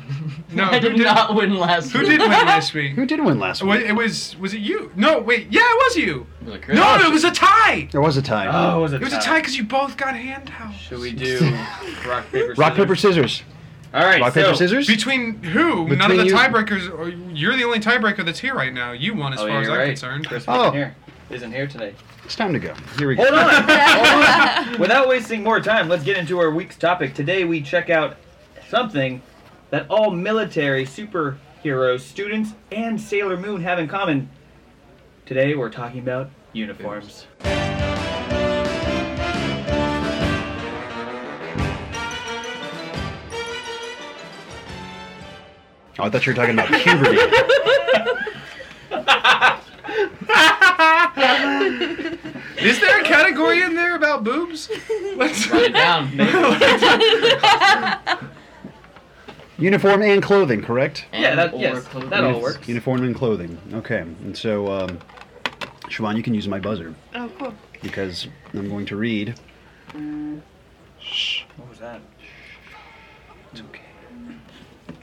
S5: No,
S4: I
S5: who
S4: did
S5: did,
S4: not win last
S5: who
S4: week.
S5: did win last week?
S7: Who did win last
S5: Wa-
S7: week?
S5: It was was it you? No, wait. Yeah, it was you.
S4: Was it Chris?
S5: No, it was a tie.
S7: There was a tie.
S3: Oh, it was a
S5: It was a tie because you both got handouts.
S3: Should we do rock paper? Scissors?
S7: Rock, paper, scissors.
S3: All right.
S7: Rock, paper,
S3: so-
S7: scissors?
S5: Between who? None of the
S7: Between you-
S5: tiebreakers. Or you're the only tiebreaker that's here right now. You won as
S3: Oh,
S5: far
S3: yeah,
S5: as
S3: you're
S5: I'm
S3: right.
S5: concerned.
S3: Chris
S7: Oh.
S3: isn't here. Isn't here today.
S7: It's time to go. Here we go.
S3: Hold on.
S6: <laughs>
S3: Hold on. <laughs> Without wasting more time, let's get into our week's topic. Today we check out something that all military superheroes, students, and Sailor Moon have in common. Today we're talking about uniforms.
S7: Oh, I thought you were talking about
S3: <laughs>
S7: puberty.
S5: Is there a category in there about boobs? Let's.
S4: Write it down.
S7: Uniform and clothing, correct?
S3: Yeah, that-
S4: And
S3: yes,
S4: or clothes.
S3: that all works.
S7: Uniform and clothing. Okay. And so, um, Siobhan, you can use my buzzer
S6: Oh, cool.
S7: because I'm going to read.
S3: What was that?
S7: It's okay.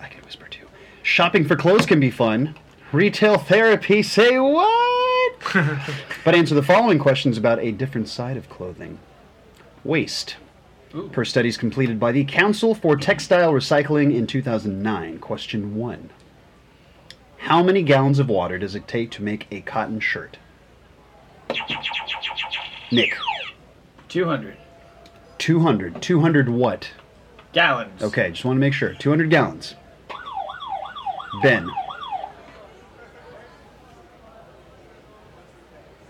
S7: I can whisper too. Shopping for clothes can be fun. Retail therapy, say what? <laughs> but answer the following questions about a different side of clothing waste.
S3: Ooh.
S7: Per studies completed by the Council for Textile Recycling in 2009. Question 1 How many gallons of water does it take to make a cotton shirt? Nick,
S3: 200
S7: 200. 200 what?
S3: gallons.
S7: Okay, just want to make sure. 200 gallons. Ben,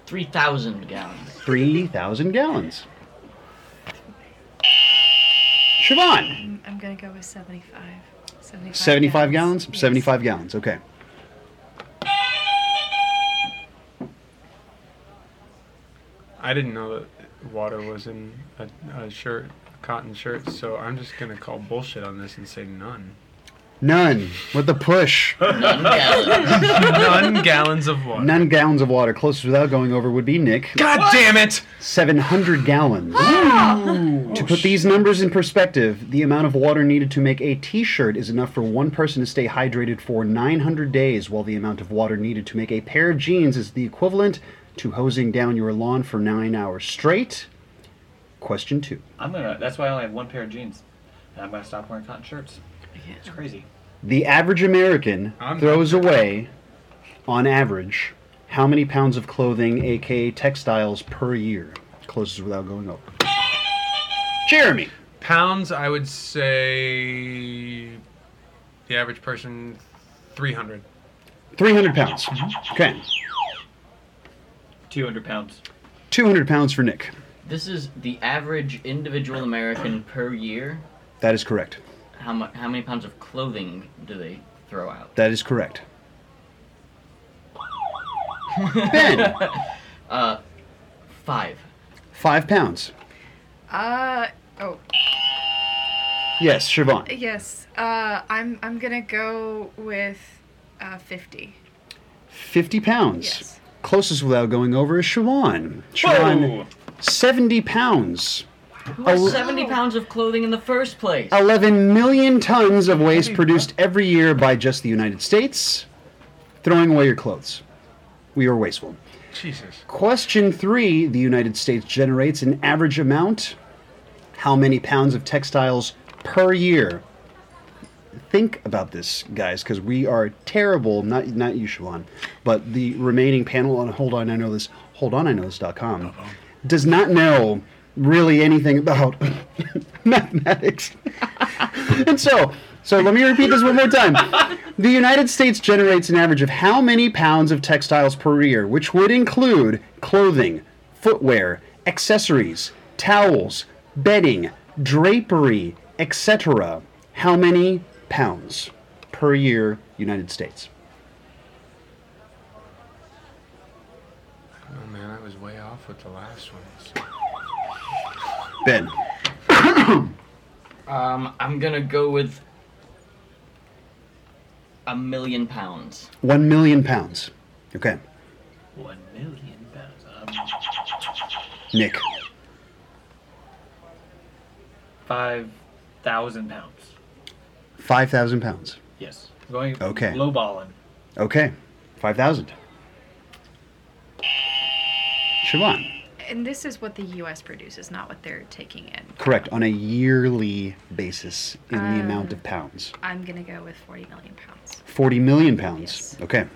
S4: 3,000 gallons.
S7: 3,000 gallons. Siobhan,
S6: I'm, I'm gonna go with 75. 75,
S7: 75 gallons?
S6: Yes.
S7: 75 gallons, okay.
S2: I didn't know that water was in a, a shirt, a cotton shirt, so I'm just gonna call bullshit on this and say none.
S7: None with the push.
S4: None
S2: None
S4: gallons.
S2: gallons of water.
S7: None gallons of water. Closest without going over would be Nick.
S2: God damn it!
S7: 700 gallons. to put these numbers in perspective, the amount of water needed to make a t shirt is enough for one person to stay hydrated for 900 days, while the amount of water needed to make a pair of jeans is the equivalent to hosing down your lawn for nine hours straight. Question two.
S3: I'm gonna. That's why I only have one pair of jeans, and I'm gonna stop wearing cotton shirts. It's crazy.
S7: The average American
S5: I'm-
S7: throws away, on average, how many pounds of clothing, aka textiles, per year? Closest without going over. Jeremy.
S5: Pounds, I would say the average person, 300.
S7: 300 pounds. Okay.
S3: 200 pounds.
S7: 200 pounds for Nick.
S4: This is the average individual American per year.
S7: That is correct.
S4: How, mu- how many pounds of clothing do they throw out?
S7: That is correct. Ben,
S4: Uh, five.
S7: five pounds.
S6: Uh oh.
S7: Yes, Siobhan.
S6: Yes. Uh, I'm I'm gonna go with uh, fifty.
S7: 50 pounds.
S6: Yes.
S7: Closest without going over is Siobhan. Siobhan, 70 pounds.
S4: Who has
S7: Oh.
S4: 70 pounds of clothing in the first place?
S7: 11 million tons of waste produced every year by just the United States. Throwing away your clothes. We are wasteful.
S2: Jesus.
S7: Question three The United States generates an average amount. How many pounds of textiles per year? Think about this, guys, because we are terrible, not, not you, Siobhan, but the remaining panel on Hold On, I Know This, Hold On, I Know This.com does not know really anything about <laughs> mathematics. and <laughs> so, so let me repeat this one more time. The United States generates an average of how many pounds of textiles per year, which would include clothing, footwear, accessories, towels, bedding, drapery, etc. How many pounds per year, United States?
S2: Oh man, I was way off with the last one.
S7: Ben,
S4: Um, I'm gonna go with a million pounds.
S7: one million pounds. Okay,
S3: One million pounds. Um,
S7: Nick,
S3: Five thousand pounds.
S7: five thousand pounds.
S3: Yes. Going
S7: Okay.
S3: lowballing.
S7: Okay, five thousand. Siobhan.
S6: And this is what the U.S. produces, not what they're taking in.
S7: Correct, on a yearly basis in
S6: Ah.
S7: the amount of pounds.
S6: I'm gonna go with forty million pounds.
S7: 40 million pounds.
S6: Yes.
S7: Okay.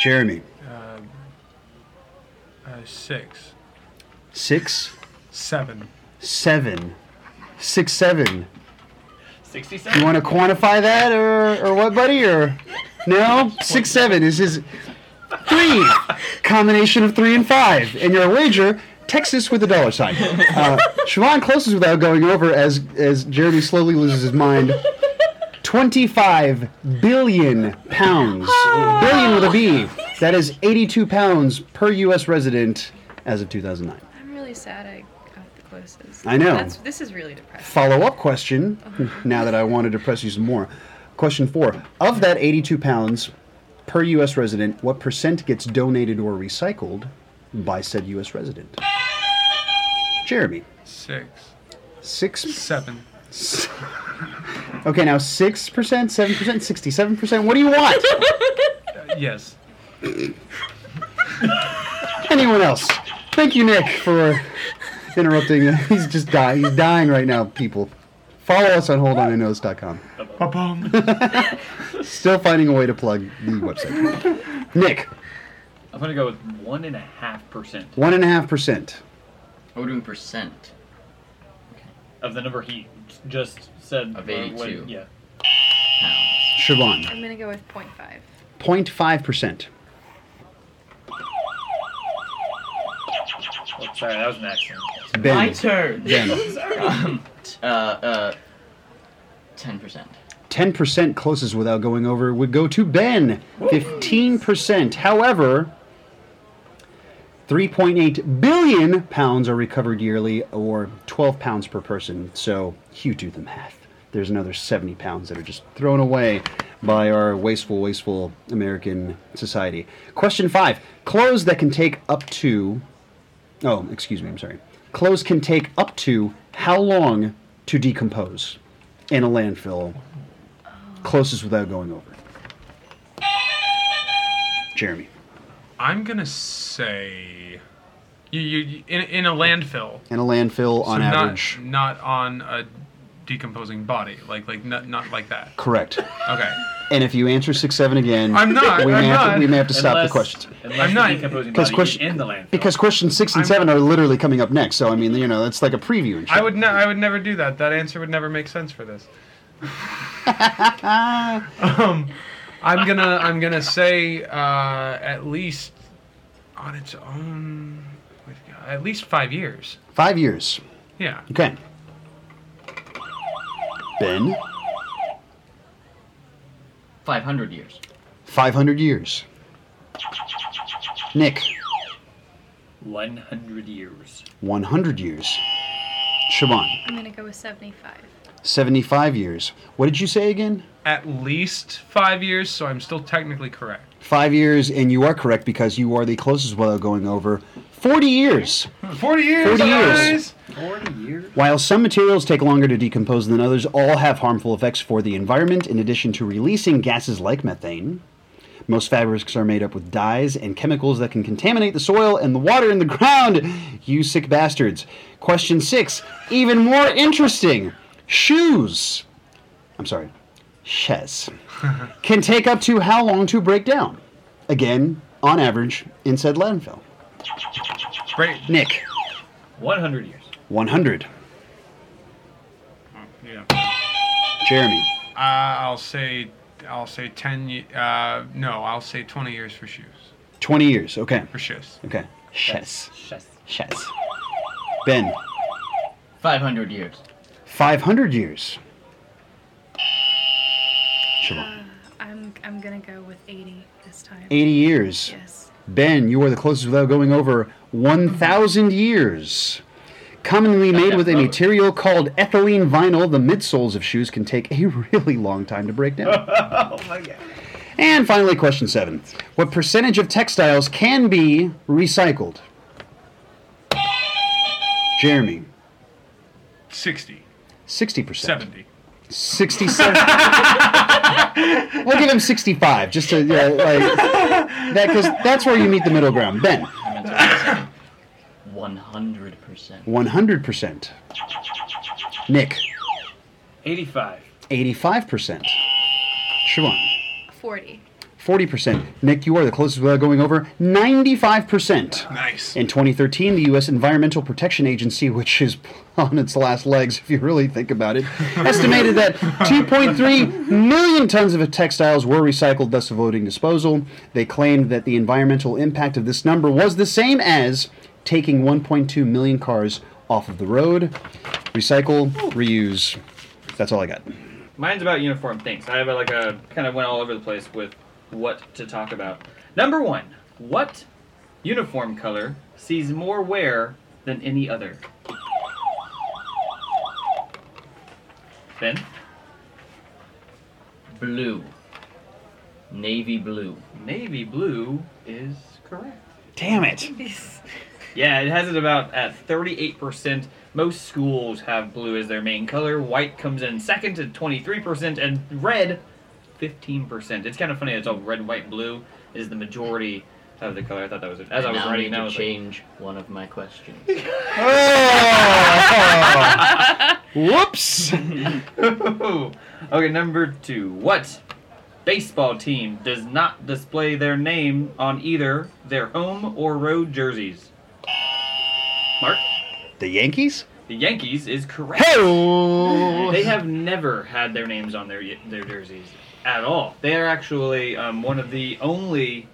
S7: Jeremy,
S2: Uh, uh, six,
S7: six,
S2: seven.
S7: seven, six, seven.
S3: Sixty-seven.
S7: You want to quantify that or, or what, buddy? Or no? Six, seven is his three combination of three and five. And your wager, Texas with a dollar sign. Uh, Siobhan closes without going over as as Jeremy slowly loses his mind. Twenty-five billion pounds, billion with a B. That is eighty-two pounds per U.S. resident as of 2009.
S6: I'm really sad I got the closest.
S7: I know.
S6: That's, this is really depressing.
S7: Follow up question now that I wanted to press you some more. Question four Of that 82 pounds per U.S. resident, what percent gets donated or recycled by said U.S. resident? Jeremy.
S2: Six,
S7: Six.
S2: seven.
S7: Okay, now 6%, 7%, 67%. What do you want?
S2: Uh, yes.
S7: Anyone else? Thank you, Nick, for interrupting. <laughs> He's just dying. He's dying right now, people. Follow us on holdonino's.com. Still finding a way to plug the website. Nick,
S3: I'm gonna go with one and a half percent
S7: one and a half percent.
S4: Oh, we're doing percent.
S3: of the number he just said.
S4: Of
S3: or
S4: 82.
S3: what- yeah.
S4: Pounds.
S7: Siobhan,
S6: I'm gonna go with 0.5.
S7: 0.5 percent.
S3: Oh, sorry, that was an accident.
S4: My
S7: Ben,
S4: turn. <laughs>
S7: Ben,
S4: um, t- uh, uh, ten percent.
S7: 10 percent closest without going over would go to Ben. 15 percent. However, 3.8 billion pounds are recovered yearly, or 12 pounds per person. So you do the math. There's another 70 pounds that are just thrown away by our wasteful, wasteful American society. Question five: Clothes that can take up to Oh, excuse me, I'm sorry. Clothes can take up to how long to decompose in a landfill? Closest without going over. Jeremy.
S2: <laughs> I'm gonna say, you, you in, in a landfill.
S7: In a landfill on
S2: so
S7: average.
S2: Not, not on a decomposing body. Like like not not like that.
S7: Correct.
S2: Okay.
S7: And if you answer six seven again,
S2: I'm not,
S7: We, may
S2: I'm
S7: have To,
S2: not.
S7: we may have to stop the
S3: Unless-
S7: questions
S3: Unless
S2: I'm
S3: the
S2: not-
S3: decomposing
S7: because
S3: body
S7: question-
S3: is in the landfill.
S7: because questions six and
S2: I'm
S7: seven are literally coming up next. So I mean, you know, that's like a preview. And shit.
S2: I would ne- I would never do that. That answer would never make sense for this. um, I'm gonna I'm gonna say uh, at least on its own, at least five years.
S7: Five years.
S2: Yeah.
S7: Okay. Ben.
S4: 500 years.
S7: 500 years. Nick,
S3: 100 years.
S7: 100 years. Siobhan,
S8: I'm gonna go with 75.
S7: 75 years. What did you say again?
S2: At least five years, so I'm still technically correct.
S7: Five years, and you are correct because you are the closest without going over 40 years.
S5: 40 years.
S7: 40 years.
S5: guys!
S3: 40 years?
S7: While some materials take longer to decompose than others, all have harmful effects for the environment in addition to releasing gases like methane. Most fabrics are made up with dyes and chemicals that can contaminate the soil and the water in the ground. You sick bastards. Question six, even more interesting. Shoes. I'm sorry, shes. can take up to how long to break down? Again, on average, in said landfill.
S5: Great.
S7: Nick,
S3: 100 years.
S7: 100.
S5: Yeah.
S2: Uh,
S7: Jeremy,
S5: Uh, I'll say, I'll say 10. ye- Uh, no, I'll say 20 years for shoes.
S7: 20 years. Okay.
S5: For shoes.
S7: Okay. Shes.
S3: Yes.
S7: Shes. Ben,
S4: 500 years.
S7: 500 years. Siobhan,
S8: I'm I'm gonna go with 80 this time.
S7: 80 years.
S8: Yes.
S7: Ben, you are the closest without going over 1,000 years. Commonly made with a material called ethylene vinyl, the midsoles of shoes can take a <laughs> really long time to break down.
S3: Oh my god.
S7: and finally, question seven What percentage of textiles can be recycled? Jeremy,
S5: 60,
S7: 60%.
S5: 70.
S7: 67. we'll give him 65, just to, yeah, like, that, because that's where you meet the middle ground. Ben,
S4: I meant to say 100%.
S7: 100%. Nick,
S3: 85.
S7: 85%. Siobhan,
S6: 40.
S7: 40%. Nick, you are the closest without going over 95%.
S5: Nice.
S7: In 2013, the U.S. Environmental Protection Agency, which is on its last legs if you really think about it, estimated that 2.3 million tons of textiles were recycled, thus avoiding disposal. They claimed that the environmental impact of this number was the same as taking 1.2 million cars off of the road. Recycle, reuse. That's all I got.
S3: Mine's about uniform things. I have a, like a kind of went all over the place with what to talk about. Number one, what uniform color sees more wear than any other? Ben,
S4: Blue. Navy blue.
S3: navy blue is correct.
S7: Damn it.
S3: Yeah, it has it about at 38%. Most schools have blue as their main color. White comes in second at 23%, and red, 15%. It's kind of funny. It's all red, white, blue is the majority of the color. I thought that was it. As I
S4: And
S3: was
S4: now
S3: writing, that
S4: need to
S3: was like,
S4: change one of my questions.
S7: Whoops.
S3: <laughs> okay, number two. What baseball team does not display their name on either their home or road jerseys? Mark,
S7: The Yankees?
S3: the Yankees is correct.
S7: Hey!
S3: They have never had their names on their their jerseys at all. They are actually um, one of the only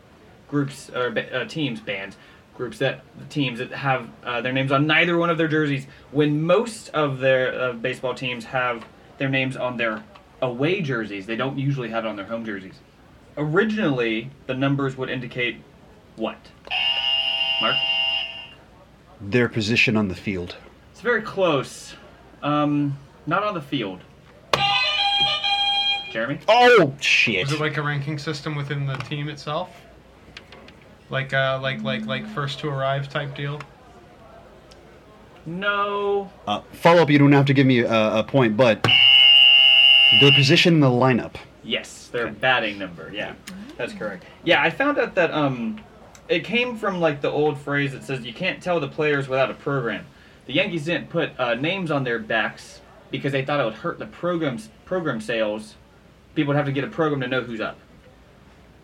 S3: groups or ba- uh, teams, bands, groups that teams that have uh, their names on neither one of their jerseys. When most of their uh, baseball teams have their names on their away jerseys, they don't usually have it on their home jerseys. Originally, the numbers would indicate what? Mark.
S7: Their position on the field.
S3: It's very close. Um, not on the field. Jeremy?
S7: Oh, shit.
S5: Is it like a ranking system within the team itself? Like, uh, like, like, like first to arrive type deal?
S3: No.
S7: Uh, follow up, you don't have to give me a, a point, but their position in the lineup.
S3: Yes, their batting number. Yeah, that's correct. Yeah, I found out that um, it came from like the old phrase that says you can't tell the players without a program. The Yankees didn't put uh, names on their backs because they thought it would hurt the program's program sales. People would have to get a program to know who's up.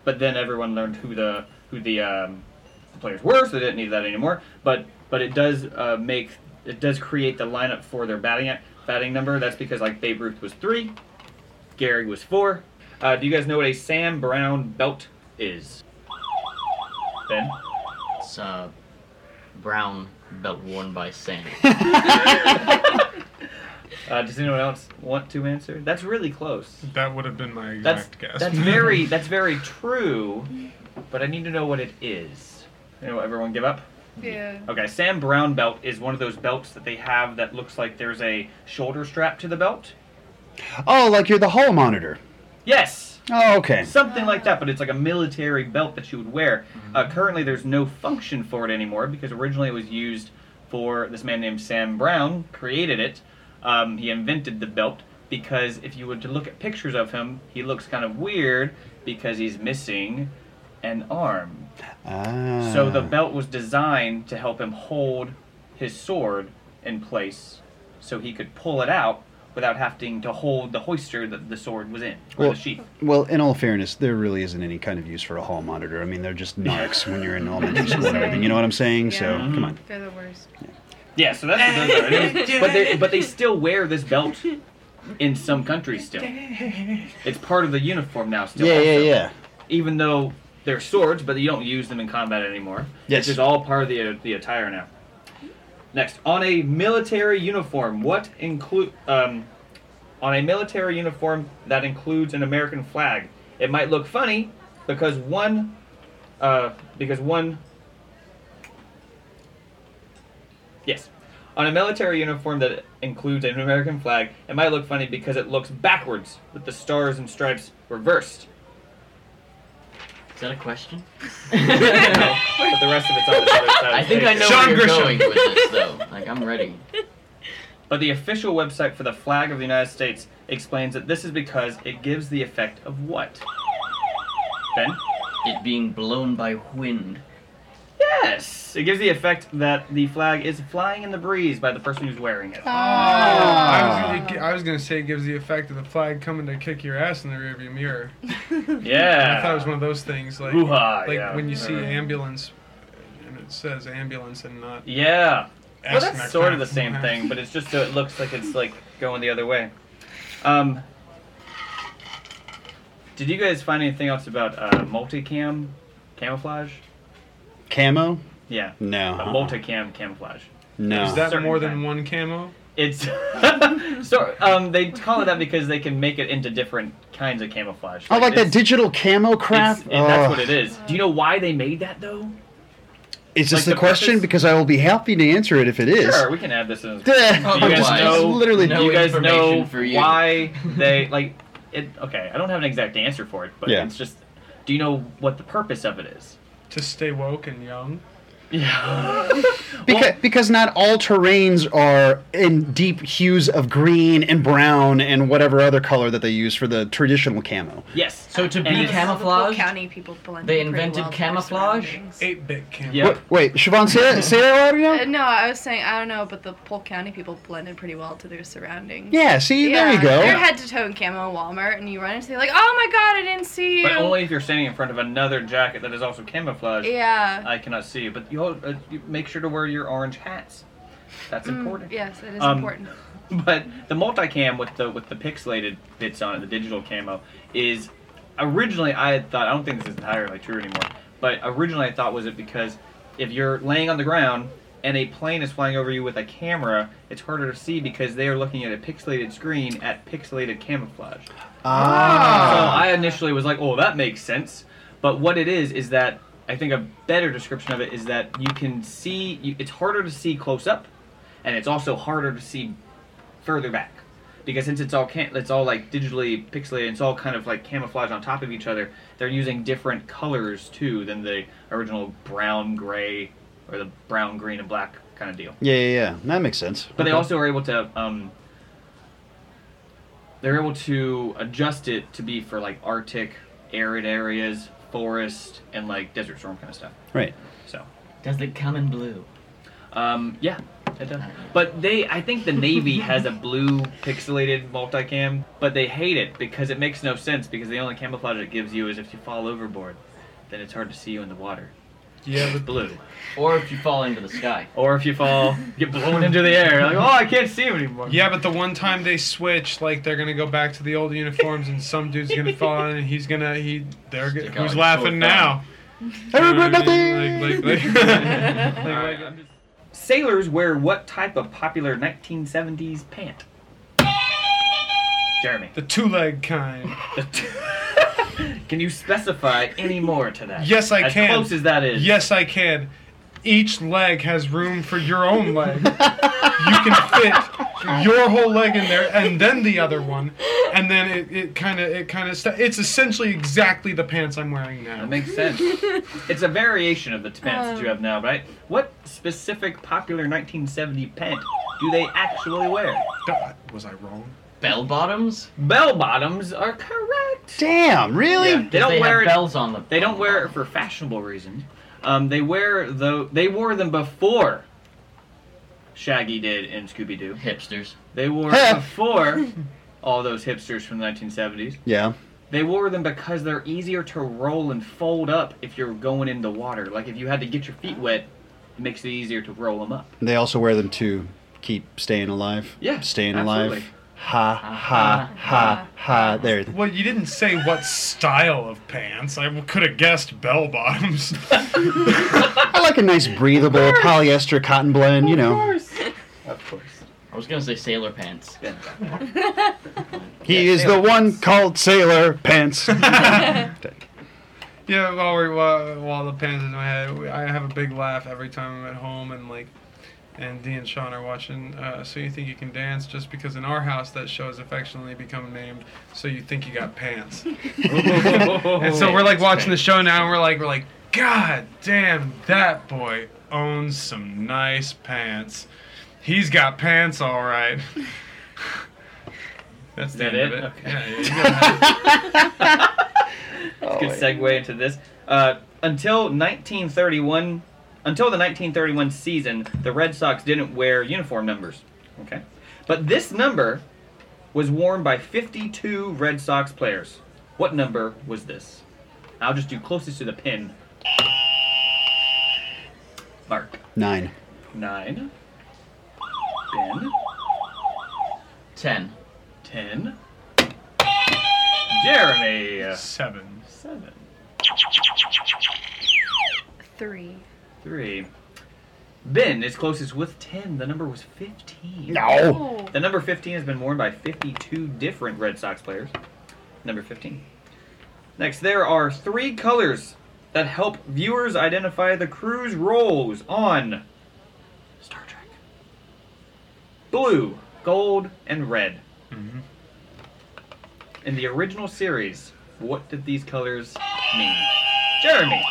S3: But then everyone learned who the who the, um, the players were, so they didn't need that anymore. But but it does uh, make it does create the lineup for their batting batting number. That's because like Babe Ruth was three, Gary was four. Uh, do you guys know what a Sam Brown belt is? Ben?
S4: It's uh, brown belt worn by Sam.
S3: Uh, does anyone else want to answer? That's really close.
S2: That would have been my
S3: That's
S2: exact guess. <laughs>
S3: that's very that's very true, but I need to know what it is. Anyone, everyone give up?
S6: Yeah.
S3: Okay, Sam Brown belt is one of those belts that they have that looks like there's a shoulder strap to the belt.
S7: Oh, like you're the hall monitor.
S3: Yes,
S7: Oh, okay.
S3: something like that, but it's like a military belt that you would wear. Uh, currently, there's no function for it anymore because originally it was used for this man named Sam Brown created it. Um, he invented the belt because if you were to look at pictures of him, he looks kind of weird because he's missing an arm.
S7: Ah.
S3: So the belt was designed to help him hold his sword in place so he could pull it out without having to hold the hoister that the sword was in, or
S7: Well,
S3: the sheath.
S7: Well, in all fairness, there really isn't any kind of use for a hall monitor. I mean,
S3: <laughs>
S7: they're just narcs when you're in elementary school and everything. You know what I'm saying? So,
S8: Yeah.
S3: Mm-hmm.
S7: come on.
S8: They're the worst.
S3: Yeah, so that's what those are. It is- but they but they still wear this belt in some countries still. It's part of the uniform now still.
S7: Yeah, yeah,
S3: also.
S7: yeah.
S3: Even though they're swords, but you don't use them in combat anymore.
S7: Yes.
S3: It's just all part of the the attire now. Next, on a military uniform, what include um, on a military uniform that includes an American flag? It might look funny because one uh, because one Yes. On a military uniform that includes an American flag, it might look funny because it looks backwards, with the stars and stripes reversed.
S4: Is that a question?
S3: but the rest of it's on the other side. of
S4: I
S3: the
S4: think I
S3: page.
S4: know
S5: Sean
S4: where you're
S5: Grisham.
S4: going with this, though. Like, I'm ready.
S3: But the official website for the flag of the United States explains that this is because it gives the effect of what? Ben?
S4: It being blown by wind.
S3: Yes! It gives the effect that the flag is flying in the breeze by the person who's wearing it.
S5: I, was gonna,
S2: Ah.
S5: I was gonna say it gives the effect of the flag coming to kick your ass in the rearview mirror.
S3: Yeah.
S5: I thought it was one of those things like
S3: Hoo-ha,
S5: like
S3: yeah.
S5: when you see
S3: Mm.
S5: ambulance and it says ambulance and not.
S3: Yeah. Well,
S5: Ask
S3: that's
S5: Mac
S3: sort of the
S5: Mac.
S3: same thing, but it's just so it looks like it's like going the other way. Um, did you guys find anything else about uh, multicam camouflage?
S7: Camo?
S3: Yeah,
S5: Hmm.
S7: No.
S3: uh, multicam camouflage.
S7: no.
S5: Is that
S3: Certain
S5: more than
S3: kind.
S5: one camo?
S3: It's <laughs> so um, they call it that because they can make it into different kinds of camouflage.
S7: oh, like that
S3: it's-
S7: digital camo crap?
S3: it's- it- that's what it
S7: Ugh.
S3: is. Do you know why they made that though?
S7: Is this
S3: Like
S7: the,
S3: the
S7: question?
S3: purpose?
S7: Because I will be happy to answer it if it is.
S3: Sure, we can add this in.
S7: <laughs> Duh.
S3: Do you guys
S7: <laughs> Just-
S4: Otherwise,
S3: know?
S7: it's literally
S4: no
S3: Do you guys
S4: information
S3: know
S4: for you. <laughs>
S3: why they like it? Okay, I don't have an exact answer for it, but
S7: Yeah.
S3: it's just, do you know what the purpose of it is?
S5: To stay woke and young.
S3: Yeah.
S7: Beca- because not all terrains are in deep hues of green and brown and whatever other color that they use for the traditional camo.
S3: yes.
S4: So to
S3: And
S4: be
S3: it's-
S4: camouflaged,
S8: County people blend
S4: They
S8: in pretty
S4: invented
S8: well with their
S4: camouflage?
S8: surroundings.
S5: Eight bit camo.
S3: Yeah. Yep.
S7: Wait, wait, Siobhan, say that, say that loud
S6: Uh,
S7: again?
S6: no, I was saying I don't know, but the Polk County people blended pretty well to their surroundings.
S7: Yeah, see, there you
S6: They're
S7: go.
S6: head to toe in camo in Walmart, and you run into they're like, oh my god, I didn't see you.
S3: But only if you're standing in front of another jacket that is also camouflaged.
S6: yeah.
S3: I cannot see you, but you, hold, uh, you make sure to wear your orange hats. That's important.
S6: Yes, it is
S3: Um,
S6: important.
S3: <laughs> But the multicam with the with the pixelated bits on it, the digital camo, is originally I had thought I don't think this is entirely true anymore. But originally I thought was it because if you're laying on the ground and a plane is flying over you with a camera, it's harder to see because they are looking at a pixelated screen at pixelated camouflage.
S7: Ah.
S3: So I initially was like, oh, that makes sense. But what it is is that I think a better description of it is that you can see. You, it's harder to see close up, and it's also harder to see further back because since it's all can it's all like digitally pixelated. It's all kind of like camouflaged on top of each other. They're using different colors too than the original brown gray or the brown green and black kind of deal.
S7: Yeah, yeah, yeah. That makes sense.
S3: But they also are able to um, they're able to adjust it to be for like Arctic, arid areas, forest, and like desert storm kind of stuff.
S7: Right.
S3: So
S4: does it come in blue?
S3: um, yeah, it does. But they, I think the
S5: <laughs>
S3: Navy has a blue pixelated multicam, but they hate it because it makes no sense because the only camouflage it gives you is if you fall overboard, then it's hard to see you in the water.
S5: Yeah, but
S3: Blue.
S4: Or if you fall into the sky?
S3: Or if you fall, get blown into the air. Like, oh, I can't see him anymore.
S5: Yeah, but the one time they switch, like they're gonna go back to the old uniforms, and some dude's gonna fall in, and he's gonna he they're g-
S4: Stick out
S5: who's
S4: his
S5: laughing
S4: toe
S5: now.
S7: I regret
S5: You know what
S7: nothing.
S5: I mean? Like, like, like-
S3: <laughs> Sailors wear what type of popular 1970s pant? Jeremy. <laughs>
S2: The two leg kind.
S3: Can you specify any more to that?
S2: Yes, I
S3: as
S2: can.
S3: As close as that is.
S2: Yes, I can. Each leg has room for your own leg. you can fit your whole leg in there, and then the other one, and then it it kind of it kind of st- it's essentially exactly the pants I'm wearing now.
S3: That makes sense. it's a variation of the pants that you have now, right? What specific popular 1970 pant do they actually wear?
S2: God, was I wrong?
S4: Bell bottoms?
S3: Bell bottoms are correct.
S7: Damn, really?
S3: Yeah, they don't
S4: have
S3: wear it.
S4: bells on them.
S3: They don't wear it for fashionable reasons. Um, they wear though they wore them before Shaggy did in Scooby Doo.
S4: hipsters.
S3: They wore
S7: Huh.
S3: before all those hipsters from the 1970s.
S7: Yeah.
S3: They wore them because they're easier to roll and fold up if you're going in the water. Like if you had to get your feet wet, it makes it easier to roll them up.
S7: They also wear them to keep staying alive.
S3: Yeah,
S7: Staying alive.
S3: absolutely.
S7: Ha, ha, ha, ha. There.
S2: Well, you didn't say what style of pants. I could have guessed bell bottoms. <laughs>
S7: I like a nice breathable polyester cotton blend, you know.
S3: Of course.
S4: I was gonna say sailor pants.
S3: Yeah.
S7: He is the
S3: sailor
S7: one called Sailor
S5: <laughs>
S7: Pants.
S5: Yeah, while we're while, while the pan's in my head, we- I have a big laugh every time I'm at home and like, and Dee and Sean are watching. Uh, so you think you can dance just because in our house that show has affectionately become named. So you think you got pants. <laughs> and
S3: Oh,
S5: so we're like watching the show now, and we're like we're like, God damn, that boy owns some nice pants. He's got pants, all right. <laughs> That's the
S3: That
S5: end
S3: it?
S5: of it.
S3: Okay.
S5: Yeah,
S3: <laughs>
S5: yeah, yeah.
S3: good segue into this. Uh, until 1931, until the 1931 season, the Red Sox didn't wear uniform numbers. Okay, but this number was worn by 52 Red Sox players. What number was this? I'll just do closest to the pin. Mark
S7: Nine.
S3: nine. Ben
S4: Ten.
S3: ten. Jeremy
S2: Seven.
S3: seven.
S8: Three.
S3: Three. Ben is closest with 10. The number was 15.
S7: No.
S8: Oh.
S3: The number 15 has been worn by 52 different Red Sox players. Number 15. Next, there are three colors that help viewers identify the crew's roles on Star Trek blue, gold, and red. In the original series, what did these colors mean? Jeremy!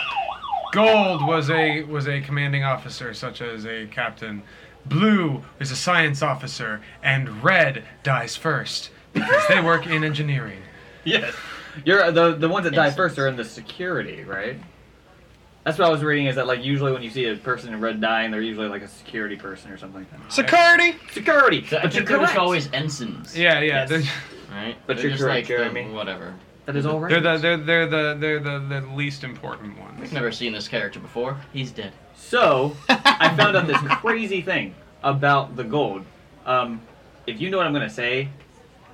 S5: Gold was a was a commanding officer, such as a captain. Blue is a science officer, and red dies first because they work in engineering.
S3: <laughs> Yes. You're the the ones that die
S4: Yes.
S3: first are in the security, right? That's what I was reading is that like usually when you see a person in red dying, they're usually like a security person or something like that.
S7: Security!
S3: Security.
S4: So
S3: but
S4: I
S3: you're
S4: think they're
S3: correct.
S4: just always ensigns.
S5: Yeah, yeah,
S3: Yes.
S4: Right?
S3: But
S4: They're
S3: you're
S4: just
S3: correct,
S4: like the-
S3: Jeremy.
S4: whatever.
S3: That is all right.
S5: they're, they're the they're they're the they're the, the least important
S4: I've
S5: ones.
S4: never seen this character before. He's dead.
S3: So I found out this crazy thing about the gold. Um, if you know what I'm gonna say,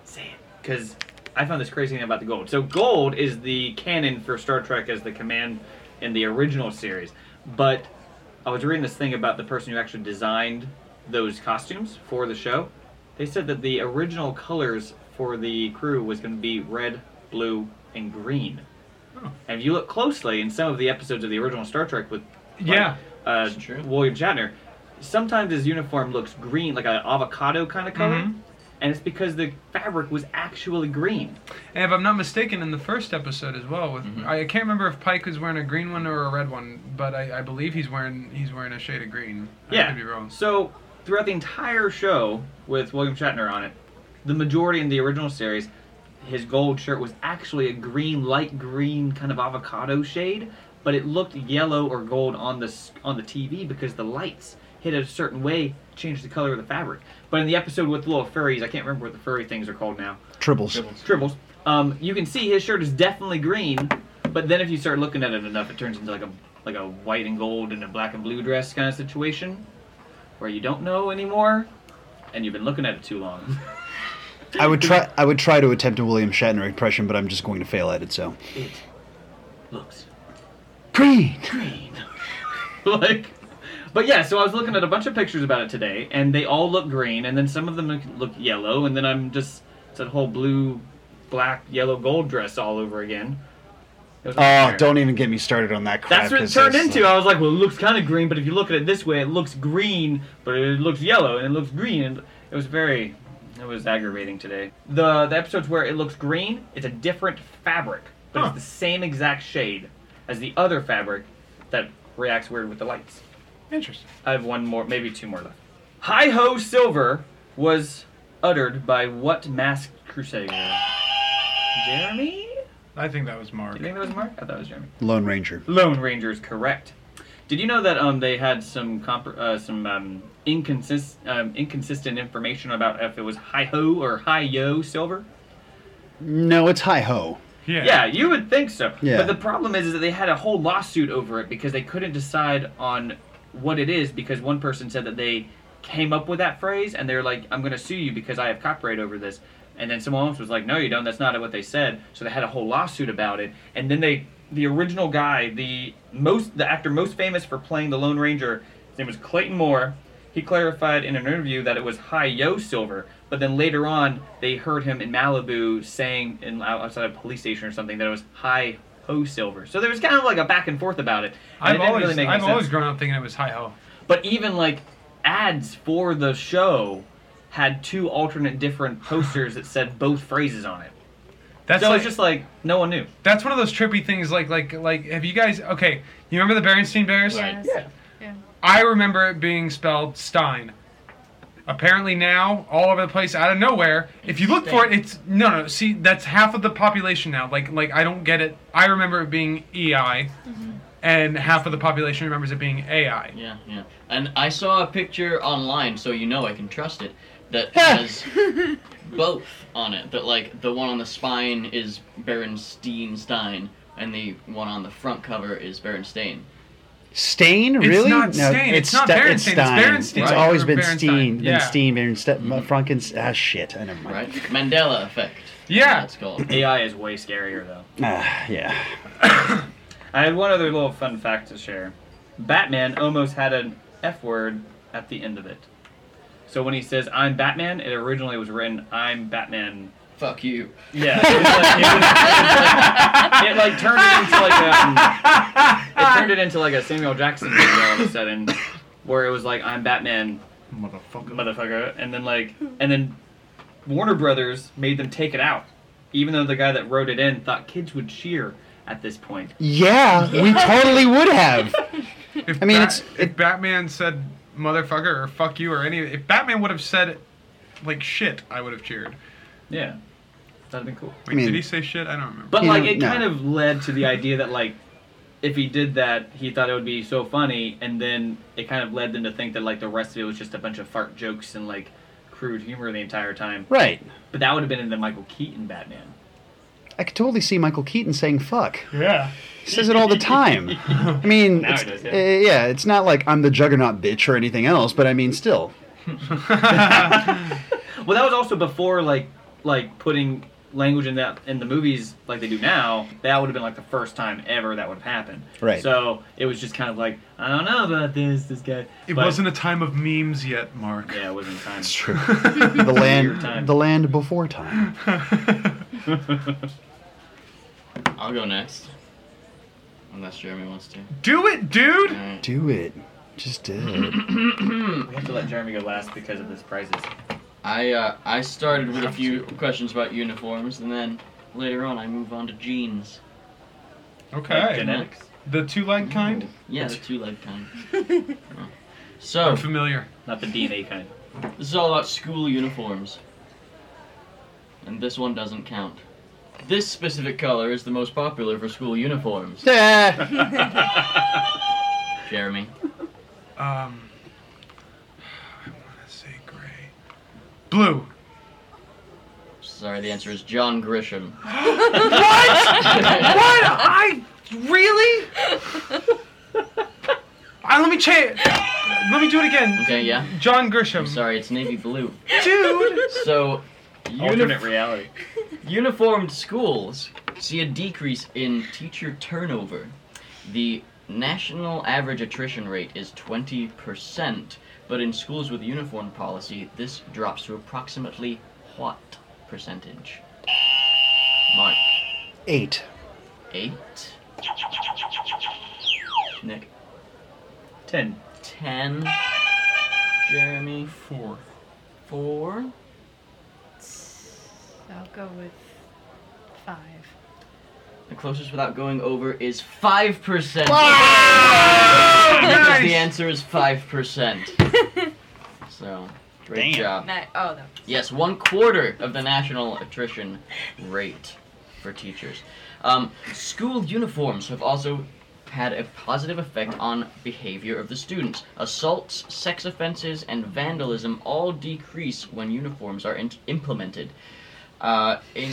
S3: say it. Because I found this crazy thing about the gold. So gold is the canon for Star Trek as the command in the original series. But I was reading this thing about the person who actually designed those costumes for the show. They said that the original colors for the crew was going to be red, blue, and green. And if you look closely in some of the episodes of the original Star Trek with like,
S5: Yeah.
S3: uh,
S4: That's true.
S3: William Shatner, sometimes his uniform looks green, like an avocado kind of color.
S5: Mm-hmm.
S3: And it's because the fabric was actually green.
S5: And if I'm not mistaken, in the first episode as well, with
S3: Mm-hmm.
S5: I, I can't remember if Pike was wearing a green one or a red one, but I, I believe he's wearing he's wearing a shade of green. I
S3: yeah.
S5: could be wrong.
S3: So throughout the entire show with William Shatner on it, the majority in the original series, his gold shirt was actually a green, light green kind of avocado shade, but it looked yellow or gold on the s- on the TV because the lights hit it a certain way, changed the color of the fabric. But in the episode with the little furries, I can't remember what the furry things are called now.
S7: Tribbles.
S3: Tribbles. Um, you can see his shirt is definitely green, but then if you start looking at it enough, it turns into like a like a white and gold and a black and blue dress kind of situation, where you don't know anymore, and you've been looking at it too long. <laughs>
S7: I would try I would try to attempt a William Shatner impression, but I'm just going to fail at it, so.
S3: it looks
S7: Green!
S5: <laughs>
S3: green. like, but yeah. So I was looking at a bunch of pictures about it today, and they all look green, and then some of them look- look yellow, and then I'm just It's that whole blue, black, yellow, gold dress all over again. It was
S7: Oh,
S3: unfair.
S7: don't even get me started on that crap.
S3: That's what it
S7: 'cause
S3: turned
S7: that's,
S3: into.
S7: like-
S3: I was like, well, it looks kind of green, but if you look at it this way, it looks green, but it looks yellow, and it looks green, and it was very, it was aggravating today. The the episodes where it looks green, it's a different fabric, but
S5: Huh.
S3: it's the same exact shade as the other fabric that reacts weird with the lights.
S5: Interesting.
S3: I have one more, maybe two more left. Hi ho, silver was uttered by what masked crusader? Jeremy?
S5: I think that was Mark.
S3: Do you think that was Mark? I thought it was Jeremy.
S7: Lone Ranger.
S3: Lone Ranger is correct. Did you know that um, they had some comp- uh, some um, inconsist- um, inconsistent information about if it was hi ho or hi yo silver?
S7: No, it's Hi Ho.
S5: Yeah.
S3: Yeah, you would think so.
S7: Yeah.
S3: But the problem is, is that they had a whole lawsuit over it because they couldn't decide on what it is because one person said that they came up with that phrase and they're like, I'm going to sue you because I have copyright over this. And then someone else was like, No, you don't. That's not what they said. So they had a whole lawsuit about it. And then they, the original guy, the most, the actor most famous for playing the Lone Ranger, his name was Clayton Moore. He clarified in an interview that it was Hi Yo Silver, but then later on they heard him in Malibu saying in outside a police station or something that it was Hi Ho Silver. So there was kind of like a back and forth about it. and it
S5: I've
S3: didn't
S5: always,
S3: really make any
S5: I've
S3: sense.
S5: always grown up thinking it was hi ho.
S3: But even like ads for the show had two alternate different posters that said both phrases on it.
S5: That's
S3: So
S5: like,
S3: it's just like no one knew.
S5: that's one of those trippy things. Like like like, have you guys? Okay, you remember the Berenstein Bears?
S6: Yes.
S3: Yeah.
S6: Yeah.
S5: I remember it being spelled Stein. Apparently now, all over the place, out of nowhere. If you look for it, it's no, no. See, that's half of the population now. Like, like I don't get it. I remember it being EI, and half of the population remembers it being AI.
S4: Yeah, yeah. And I saw a picture online, so you know I can trust it, that has
S5: <laughs>
S4: both on it. That, like, the one on the spine is Berenstein, and the one on the front cover is Berenstain.
S7: Stain?
S5: It's
S7: Really?
S5: not Stain, it's not
S7: Ste-
S5: Berenstain, it's
S7: Stein.
S5: Berenstein,
S7: It's
S5: right,
S7: always
S5: or
S7: been
S5: Berenstein,
S7: Steen. Been
S5: yeah. Mm-hmm.
S7: Steen, Berenstein, Frankenstein. Ah, shit. I never mind.
S4: Right?
S5: <laughs>
S4: Mandela effect.
S5: Yeah.
S4: That's called.
S3: AI is way scarier though.
S7: Ah, yeah.
S3: I had one other little fun fact to share. Batman almost had an F word at the end of it. So when he says "I'm Batman," it originally was written "I'm Batman."
S4: Fuck you.
S3: Yeah, it, was like, it, was- it, like, it, like, turned it into like a it turned it into like a Samuel Jackson video all of a sudden, where it was like "I'm Batman,
S5: Motherfucker.
S3: motherfucker," and then like and then Warner Brothers made them take it out, even though the guy that wrote it in thought kids would cheer at this point.
S5: <laughs>
S7: Yeah, we totally would have.
S5: If
S7: I mean,
S5: Bat-
S7: it's-
S5: if Batman said motherfucker or fuck you or any, if Batman would have said like shit, I would have cheered.
S3: Yeah, that'd have been cool.
S5: Wait,
S7: mean-
S5: did he say shit? I don't remember.
S3: But
S7: You
S3: like,
S7: know,
S3: it
S7: no.
S3: kind of led to the idea that like, if he did that, he thought it would be so funny, and then it kind of led them to think that like the rest of it was just a bunch of fart jokes and like crude humor the entire time.
S7: Right.
S3: But that would have been in the Michael Keaton Batman.
S7: I could totally see Michael Keaton saying fuck.
S5: Yeah.
S7: He says it all the time. I mean,
S3: Now
S7: it's,
S3: he does, yeah.
S7: yeah. yeah, it's not like I'm the juggernaut bitch or anything else, but I mean, still.
S3: Well, that was also before like like putting language in that in the movies like they do now. That would have been like the first time ever that would have happened.
S7: Right.
S3: So it was just kind of like I don't know about this this guy.
S5: It
S3: But-
S5: wasn't a time of memes yet, Mark.
S3: Yeah, it
S5: <laughs>
S3: wasn't time.
S7: true. the
S3: time.
S7: land, the land before time.
S4: I'll go next. Unless Jeremy wants to.
S5: Do it, dude.
S4: Alright.
S7: Do it. Just do it.
S3: <laughs> We have to let Jeremy go last because of this prizes.
S4: I uh, I started with a few questions about uniforms, and then later on I move on to jeans.
S3: Like
S5: Okay.
S3: genetics.
S5: The two leg kind?
S4: Yeah, the two-leg kind. so
S5: I'm familiar.
S3: Not the DNA kind.
S4: this is all about school uniforms, and this one doesn't count. This specific color is the most popular for school uniforms.
S7: Ah,
S3: Mm.
S7: <laughs>
S4: Jeremy,
S5: Um, I want to say gray. Blue.
S4: sorry, the answer is John
S5: <gasps>
S4: Grisham. <laughs>
S5: What? I really?
S4: <laughs>
S5: I, let me change. Let me do it again.
S4: Okay, yeah.
S5: John Grisham.
S4: Sorry, it's navy blue. <laughs>
S5: Dude.
S4: So, uni-
S3: Alternate reality.
S4: Uniformed schools see a decrease in teacher turnover. The national average attrition rate is 20%, but in schools with uniform policy, this drops to approximately what? percentage. Mark,
S7: Eight.
S4: eight. Nick,
S3: Ten.
S4: ten. Jeremy,
S5: Four.
S4: four.
S8: I'll go with five.
S4: The closest without going over is 5%. Because the answer is 5%. so, great
S7: Damn.
S4: job.
S6: That, oh, that
S4: Yes, one quarter of the national attrition rate for teachers. Um, school uniforms have also had a positive effect on behavior of the students. Assaults, sex offenses, and vandalism all decrease when uniforms are in- implemented, uh, in,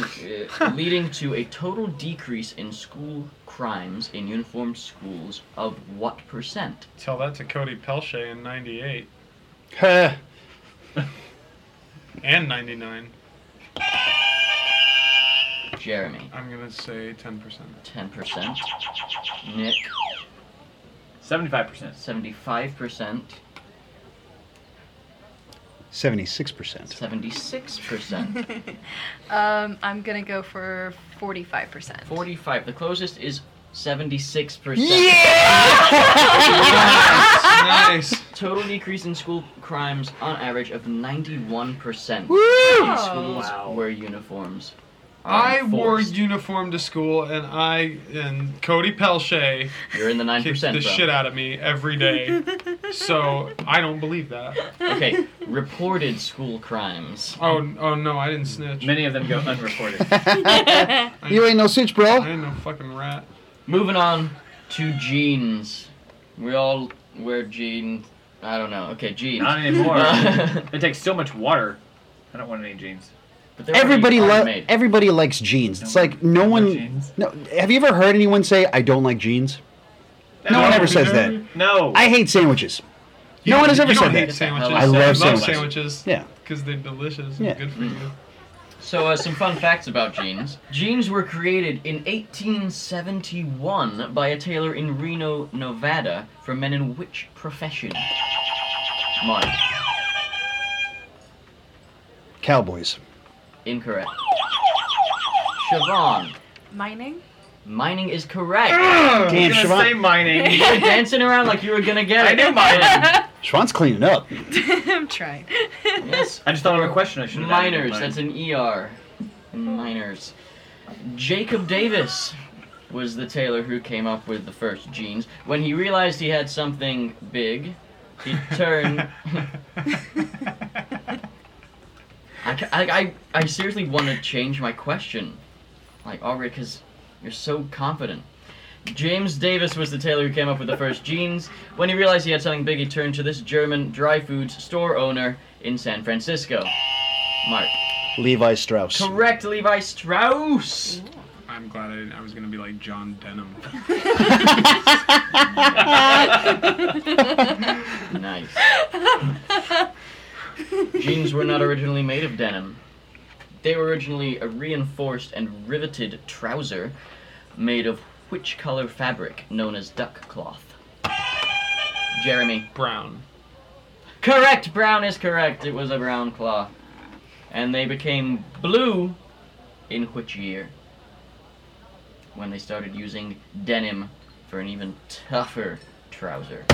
S4: uh, leading to a total decrease in school crimes in uniformed schools of what percent?
S2: Tell that to Cody Pelche in 98
S7: Heh.
S2: and 99.
S4: Jeremy,
S2: I'm going to say 10%.
S4: 10%. Nick,
S3: Seventy-five percent.
S4: 75%.
S7: 76%.
S4: Seventy-six percent.
S6: Um, I'm gonna go for 45 percent.
S4: Forty-five. The closest is seventy-six percent.
S5: <laughs> nice.
S4: Total decrease in school crimes on average of ninety-one percent. Schools
S3: Wow.
S4: wear uniforms.
S2: I wore
S4: you.
S2: uniform to school, and I and Cody Pelche
S4: You're in the nine
S2: kicked
S4: percent.
S2: the shit out of me every day. so I don't believe that.
S4: Okay. Reported school crimes.
S2: Oh, n- oh no, I didn't snitch.
S3: Many of them go
S7: <laughs>
S3: unreported.
S7: you ain't no such
S2: I
S7: bro.
S2: ain't no fucking rat.
S4: Moving on to jeans. We all wear jeans. I don't know. Okay, jeans.
S3: Not anymore.
S4: Uh,
S3: it takes so much water. I don't want any jeans.
S4: <laughs> but they're already
S7: Everybody lo-
S4: automade.
S7: everybody likes jeans. It's like no one
S3: Jeans.
S7: no, have you ever heard anyone say I don't like jeans? No one ever says that.
S3: No.
S7: I hate sandwiches. No one has ever
S2: You don't
S7: said
S2: hate
S7: that.
S2: Sandwiches.
S4: I
S7: love
S2: love
S7: sandwiches.
S2: sandwiches.
S7: Yeah.
S2: Because they're delicious and
S7: Yeah.
S2: good for you.
S4: So, uh, some fun facts about jeans. Jeans were created in 1871 by a tailor in Reno, Nevada, for men in which profession? Mark.
S7: Cowboys.
S4: Incorrect. Siobhan.
S6: Mining? <laughs>
S4: Mining is
S3: <laughs>
S4: correct.
S7: Damn,
S3: Say
S4: <laughs>
S7: Siobhan.
S3: mining.
S4: you were dancing around like you were gonna get it.
S3: I knew mine.
S7: Siobhan's cleaning up.
S6: I'm trying.
S4: Yes.
S3: I just thought of a question I should have added in mine.
S4: Miners. That's an ER. Miners. Jacob Davis was the tailor who came up with the first jeans. When he realized he had something big, he turned.
S3: <laughs>
S4: I, ca- I, I, I seriously want to change my question. Like, already, because you're so confident. James Davis was the tailor who came up with the first jeans. When he realized he had something big, he turned to this German dry foods store owner in San Francisco. Mark.
S7: Levi Strauss.
S4: Correct, Levi Strauss!
S2: I'm glad I didn't. I was gonna be like John Denham.
S4: <laughs> Nice. Jeans were not originally made of denim. They were originally a reinforced and riveted trouser made of which color fabric known as duck cloth? Jeremy.
S2: <laughs> Brown.
S4: Correct! Brown is correct. It was a brown cloth. And they became blue in which year? When they started using denim for an even tougher trouser.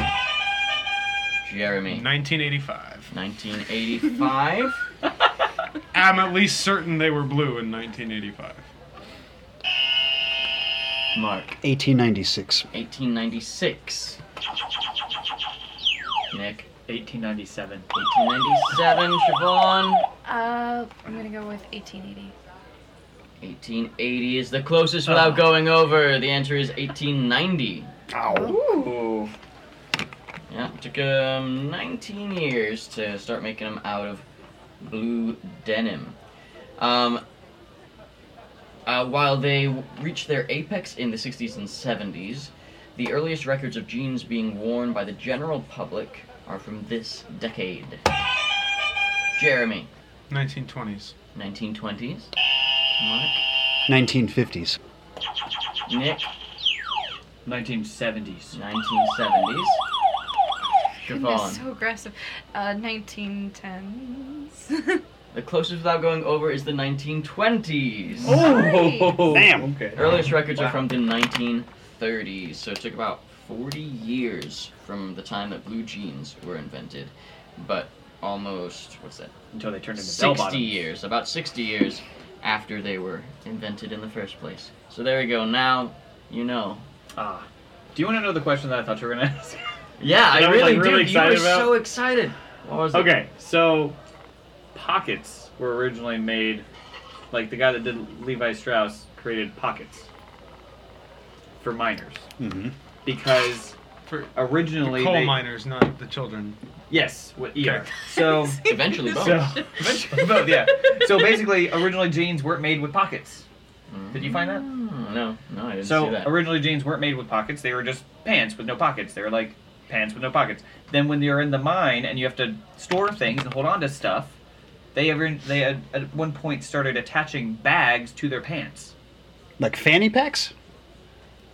S4: Jeremy.
S2: 1985.
S4: 1985.
S2: I'm at least certain they were blue in 1985.
S4: Mark.
S7: 1896.
S4: 1896. Nick.
S3: 1897.
S4: 1897. Siobhan.
S8: Uh, I'm gonna go with 1880.
S4: 1880 is the closest without going over. The answer is 1890.
S3: Ooh.
S4: Yeah, took um 19 years to start making them out of blue denim. Um, uh, while they w- reached their apex in the 60s and 70s, the earliest records of jeans being worn by the general public are from this decade. Jeremy,
S2: 1920s.
S4: 1920s. Mark,
S7: 1950s.
S4: Nick,
S3: 1970s.
S4: 1970s. Siobhan.
S6: <laughs>
S8: Goodness, so aggressive. Uh, 1910s.
S4: The closest without going over is the 1920s.
S6: Oh!
S7: Damn.
S3: Okay.
S4: Earliest records are from the 1930s, so it took about 40 years from the time that blue jeans were invented, but almost what's that?
S3: Until they turned into bell
S4: 60
S3: bottoms.
S4: years, about 60 years after they were invented in the first place. So there we go. Now you know.
S3: Ah. Do you want to know the question that I thought you were gonna <laughs> ask? That
S4: Yeah,
S3: I was,
S4: I really
S3: like, really
S4: do. You were
S3: excited about.
S4: so excited. What was it?
S3: Okay, so pockets were originally made. Like the guy that did Levi Strauss created pockets for miners
S7: Mm-hmm.
S3: because
S5: For
S3: originally
S5: coal
S3: they,
S5: miners, not the children.
S3: Yes, what ER. So
S4: Eventually, both.
S3: so eventually both, yeah. So basically, originally jeans weren't made with pockets. Did you find that?
S4: Mm, no, no, I didn't
S3: So
S4: see that.
S3: originally jeans weren't made with pockets; they were just pants with no pockets. They were like pants with no pockets. Then when you're in the mine and you have to store things and hold on to stuff, they ever they had, at one point started attaching bags to their pants.
S7: Like fanny packs?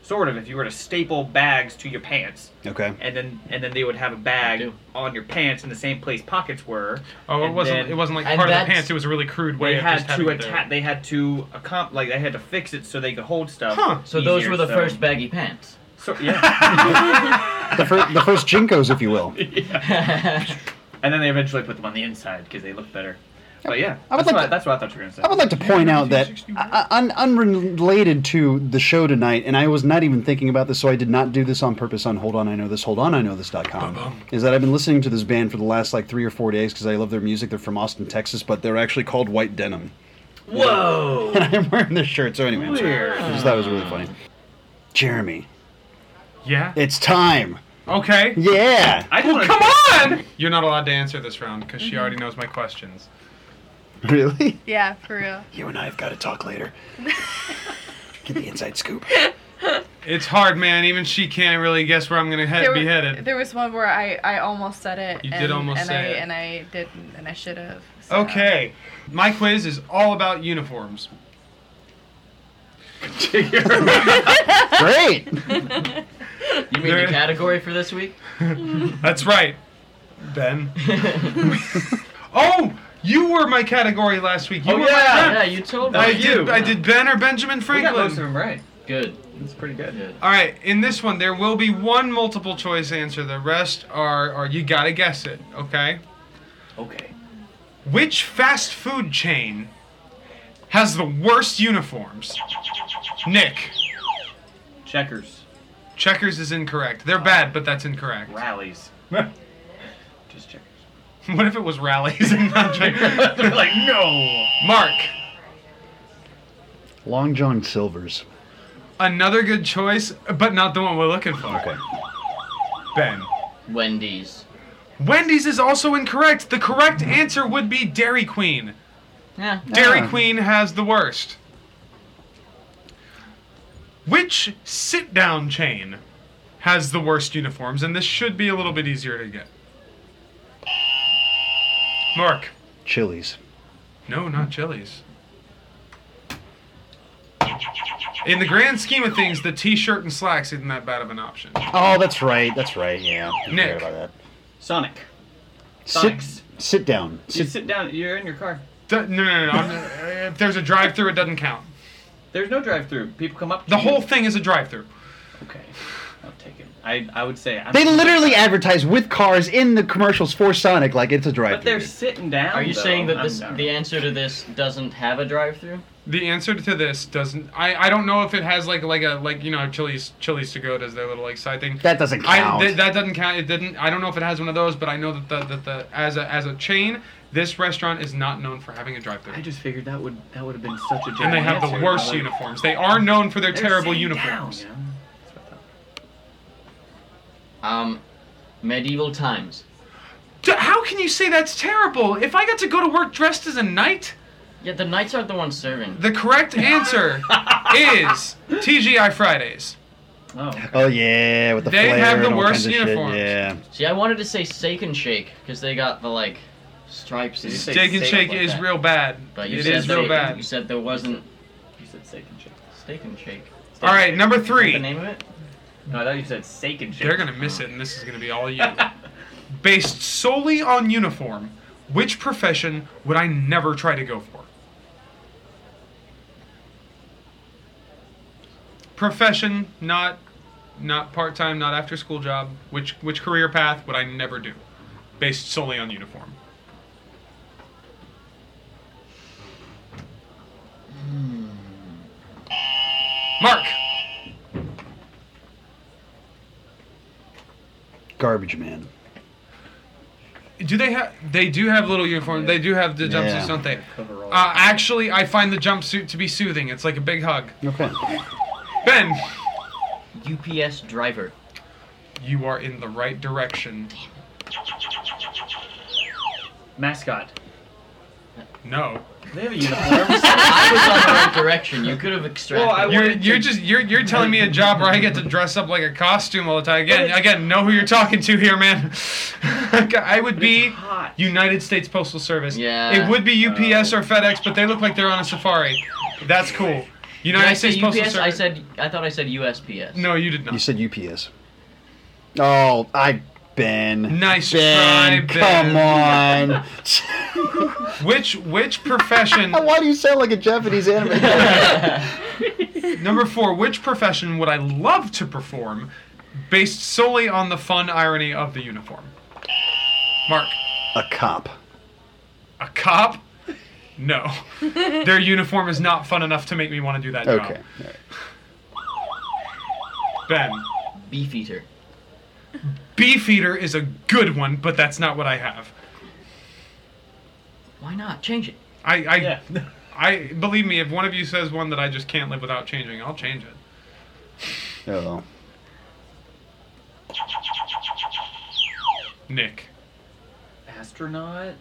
S3: Sort of, if you were to staple bags to your pants,
S7: Okay.
S3: and then and then they would have a
S4: I
S3: bag
S4: do.
S3: on your pants in the same place pockets were.
S5: Oh, it
S3: and
S5: wasn't.
S3: then
S5: it wasn't like
S4: and
S5: part of the
S4: that's-
S5: pants. It was a really crude way
S3: They
S5: of
S3: had
S5: just having
S3: to
S5: it there.
S3: attack. They had to accom- like they had to fix it so they could hold stuff.
S5: Huh.
S4: so those
S3: easier,
S4: were the
S3: so-
S4: first baggy pants. <laughs>
S3: So, yeah. <laughs>
S7: The, fir- the first jinkos, if you will.
S3: And then they eventually put them on the inside because they look better. But yeah,
S7: I would
S3: that's,
S7: like
S3: what,
S7: to-
S3: that's what I thought you were gonna say.
S7: I would like to point out that uh, un- unrelated to the show tonight, and I was not even thinking about this, so I did not do this on purpose on Hold On I Know This, Hold On I Know This.com, is that I've been listening to this band for the last like three or four days because I love their music. They're from Austin, Texas, but they're actually called White Denim.
S3: Whoa!
S7: <laughs> And I'm wearing this shirt, so anyway, I'm sorry.
S3: Weird.
S7: I just thought it was really funny. Jeremy,
S5: Yeah.
S7: it's time.
S5: Okay.
S7: Yeah.
S3: I just wanna,
S5: Come on. You're not allowed to answer this round because
S6: Mm-hmm.
S5: she already knows my questions.
S7: <laughs> Really?
S6: Yeah, for
S5: <laughs>
S6: real.
S7: You and I have got to
S3: <laughs>
S7: talk later. Get the inside scoop.
S5: It's hard, man. Even she can't really guess where I'm gonna head,
S6: There,
S5: be
S6: were-
S5: headed.
S6: there was one where I, I almost said it.
S5: You
S6: and,
S5: did almost
S6: and
S5: say
S6: I,
S5: it. Oh.
S6: And I didn't, and I should have. <laughs>
S5: <laughs>
S6: so-
S5: Okay. My quiz is all about uniforms.
S7: Great.
S4: You mean
S5: There-
S4: the category for this <laughs> week?
S5: That's right, Ben. oh, you were my category last week. You
S3: Oh,
S5: were
S3: yeah.
S5: my
S4: Yeah,
S5: friend.
S4: you told me.
S5: I
S3: you.
S5: did. I did Ben or Benjamin
S3: we got
S5: Franklin.
S3: most of them right.
S4: Good.
S3: That's pretty good.
S4: Good.
S5: All right, in this one, there will be one multiple choice answer. The rest are, are you gotta guess it, okay?
S3: Okay.
S5: Which fast food chain has the worst uniforms? Nick,
S3: Checkers,
S5: Checkers is incorrect. They're bad, but that's incorrect.
S3: rallies, just
S7: <laughs>
S3: checkers. <laughs>
S5: <laughs> What if it was rallies and not Checkers?
S3: They're like no.
S5: Mark,
S7: <laughs> Long John Silver's.
S5: another good choice, but not the one we're looking for.
S7: Okay.
S5: Ben.
S4: Wendy's.
S5: Wendy's is also incorrect. The correct answer would be Dairy Queen.
S4: Yeah.
S5: Dairy
S7: Ah.
S5: Queen has the worst. Which sit down chain has the worst uniforms? And this should be a little bit easier to get. Mark.
S7: Chili's.
S5: No, not Chili's. In the grand scheme of things, the t shirt and slacks isn't that bad of an option.
S7: Oh, that's right. That's right. Yeah. I
S5: Nick.
S7: forgot About
S3: Sonic.
S7: that.
S3: Sonics.
S7: Sit, sit down.
S3: You
S7: Sit.
S3: sit down. You're in your car.
S5: D- no, no, no. no, I'm- uh, if there's a drive through, it doesn't count.
S3: There's no drive-through. People come up. To
S5: The
S3: you.
S5: whole thing is a drive through.
S3: Okay. I'll take it. I I would say. I'm,
S7: They literally advertise with cars in the commercials for Sonic like it's a drive
S3: But they're sitting down.
S4: Are you
S3: though.
S4: saying that
S3: I'm
S4: this
S3: down.
S4: the answer to this doesn't have a drive-through?
S5: The answer to this doesn't. I, I don't know if it has like like a like you know how Chili's Chili's to go does their little like side thing.
S7: That doesn't
S5: I
S7: count.
S5: th- that doesn't count. It didn't. I don't know if it has one of those, but I know that the that the as a as a chain, this restaurant is not known for having a drive-through.
S3: I just figured that would that would have been such a.
S5: And they have the worst
S3: uniform.
S5: uniforms. They are known for their terrible uniforms.
S4: Um, medieval times.
S5: D- how can you say that's terrible? If I got to go to work dressed as a knight,
S4: Yeah, the knights aren't the ones serving.
S5: the correct answer is TGI Fridays.
S3: Oh,
S7: oh yeah, with the
S5: They
S7: flare
S5: have the
S7: and all
S5: worst
S7: kinds of shit,
S5: uniforms.
S7: Yeah.
S4: See, I wanted to say steak and shake because they got the like stripes. And
S3: Did you say-
S5: Steak and
S3: say
S5: Shake
S3: it like
S5: is
S4: that.
S5: real bad.
S4: but you
S5: It
S4: said
S5: is
S4: they-
S5: real
S4: You
S5: bad.
S4: said there wasn't
S3: you said steak and shake.
S4: steak and shake.
S5: All right, number
S4: Is that the
S5: three.
S4: name of it?
S3: No, I thought you said steak and shake.
S5: They're gonna miss it, and this is gonna be all you. Based solely on uniform, Which profession would I never try to go for? Profession, not not part-time, not after-school job. Which which career path would I never do based solely on uniform? Mark.
S7: Garbage man.
S5: Do they have? They do have little uniform. They do have the jumpsuits,
S7: Yeah.
S5: don't they?
S3: Coverall.
S5: Uh, actually, I find the jumpsuit to be soothing. It's like a big hug.
S7: Okay.
S5: Ben,
S4: UPS driver.
S5: you are in the right direction.
S3: Mascot.
S5: No,
S3: They have a
S5: <laughs>
S3: uniform.
S4: I was on the right direction. You could have extracted.
S3: Well, I
S5: you're
S3: wanted
S5: you're
S3: to-
S5: just you're you're telling me a job where I get to dress up like a costume all the time. Again, again, know who you're talking to here, man. <laughs> I would be
S3: It's hot.
S5: United States Postal Service.
S4: Yeah. Oh.
S5: It would be UPS or FedEx, but they look like they're on a safari. That's cool.
S4: Did
S5: United
S4: I
S5: States
S4: say
S5: Postal
S4: UPS? I
S5: Service.
S4: said I thought I said USPS.
S5: no, you did not.
S7: You said UPS. Oh, I Ben.
S5: Nice
S7: Ben.
S5: try,
S7: Come on.
S5: <laughs> Which which profession
S7: Why do you sound like a Japanese anime? character?
S5: number four, which profession would I love to perform based solely on the fun irony of the uniform? Mark,
S7: <laughs> a cop.
S5: a cop?
S3: <laughs>
S5: No. Their uniform is not fun enough to make me want to do that job.
S7: Okay. all right.
S5: Ben.
S4: Beefeater.
S5: Beefeater is a good one, but that's not what I have.
S4: Why not change it?
S5: I I,
S3: Yeah.
S5: I believe me, if one of you says one that I just can't live without changing, I'll change it.
S7: Oh.
S5: Nick.
S3: Astronaut.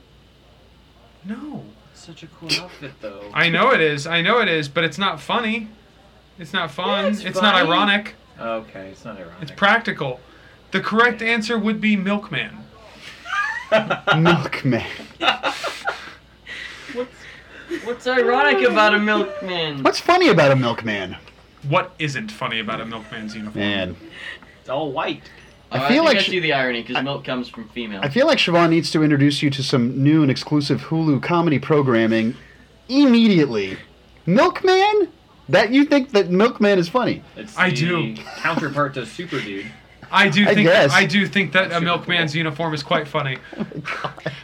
S5: No.
S3: Such a cool outfit, though.
S5: I know it is. I know it is, but it's not funny. It's not fun.
S3: It's
S5: It's, not
S3: funny.
S5: ironic.
S3: Okay, it's not ironic.
S5: It's practical. The correct answer would be milkman.
S7: Milkman.
S4: What's ironic about a milkman?
S7: What's funny about a milkman?
S5: What isn't funny about a milkman's uniform?
S7: Man.
S3: it's all white.
S4: Oh,
S7: I
S4: think
S7: feel like
S4: I
S7: sh-
S4: see the irony because milk comes from female.
S7: I feel like Siobhan needs to introduce you to some new and exclusive Hulu comedy programming immediately. Milkman? That you think that Milkman is funny?
S3: It's
S5: I
S3: the
S5: do.
S3: counterpart to Super
S5: <laughs>
S3: Dude.
S5: I do
S7: I
S5: think
S7: guess.
S5: I do think that a
S3: super
S5: milkman's uniform is quite funny.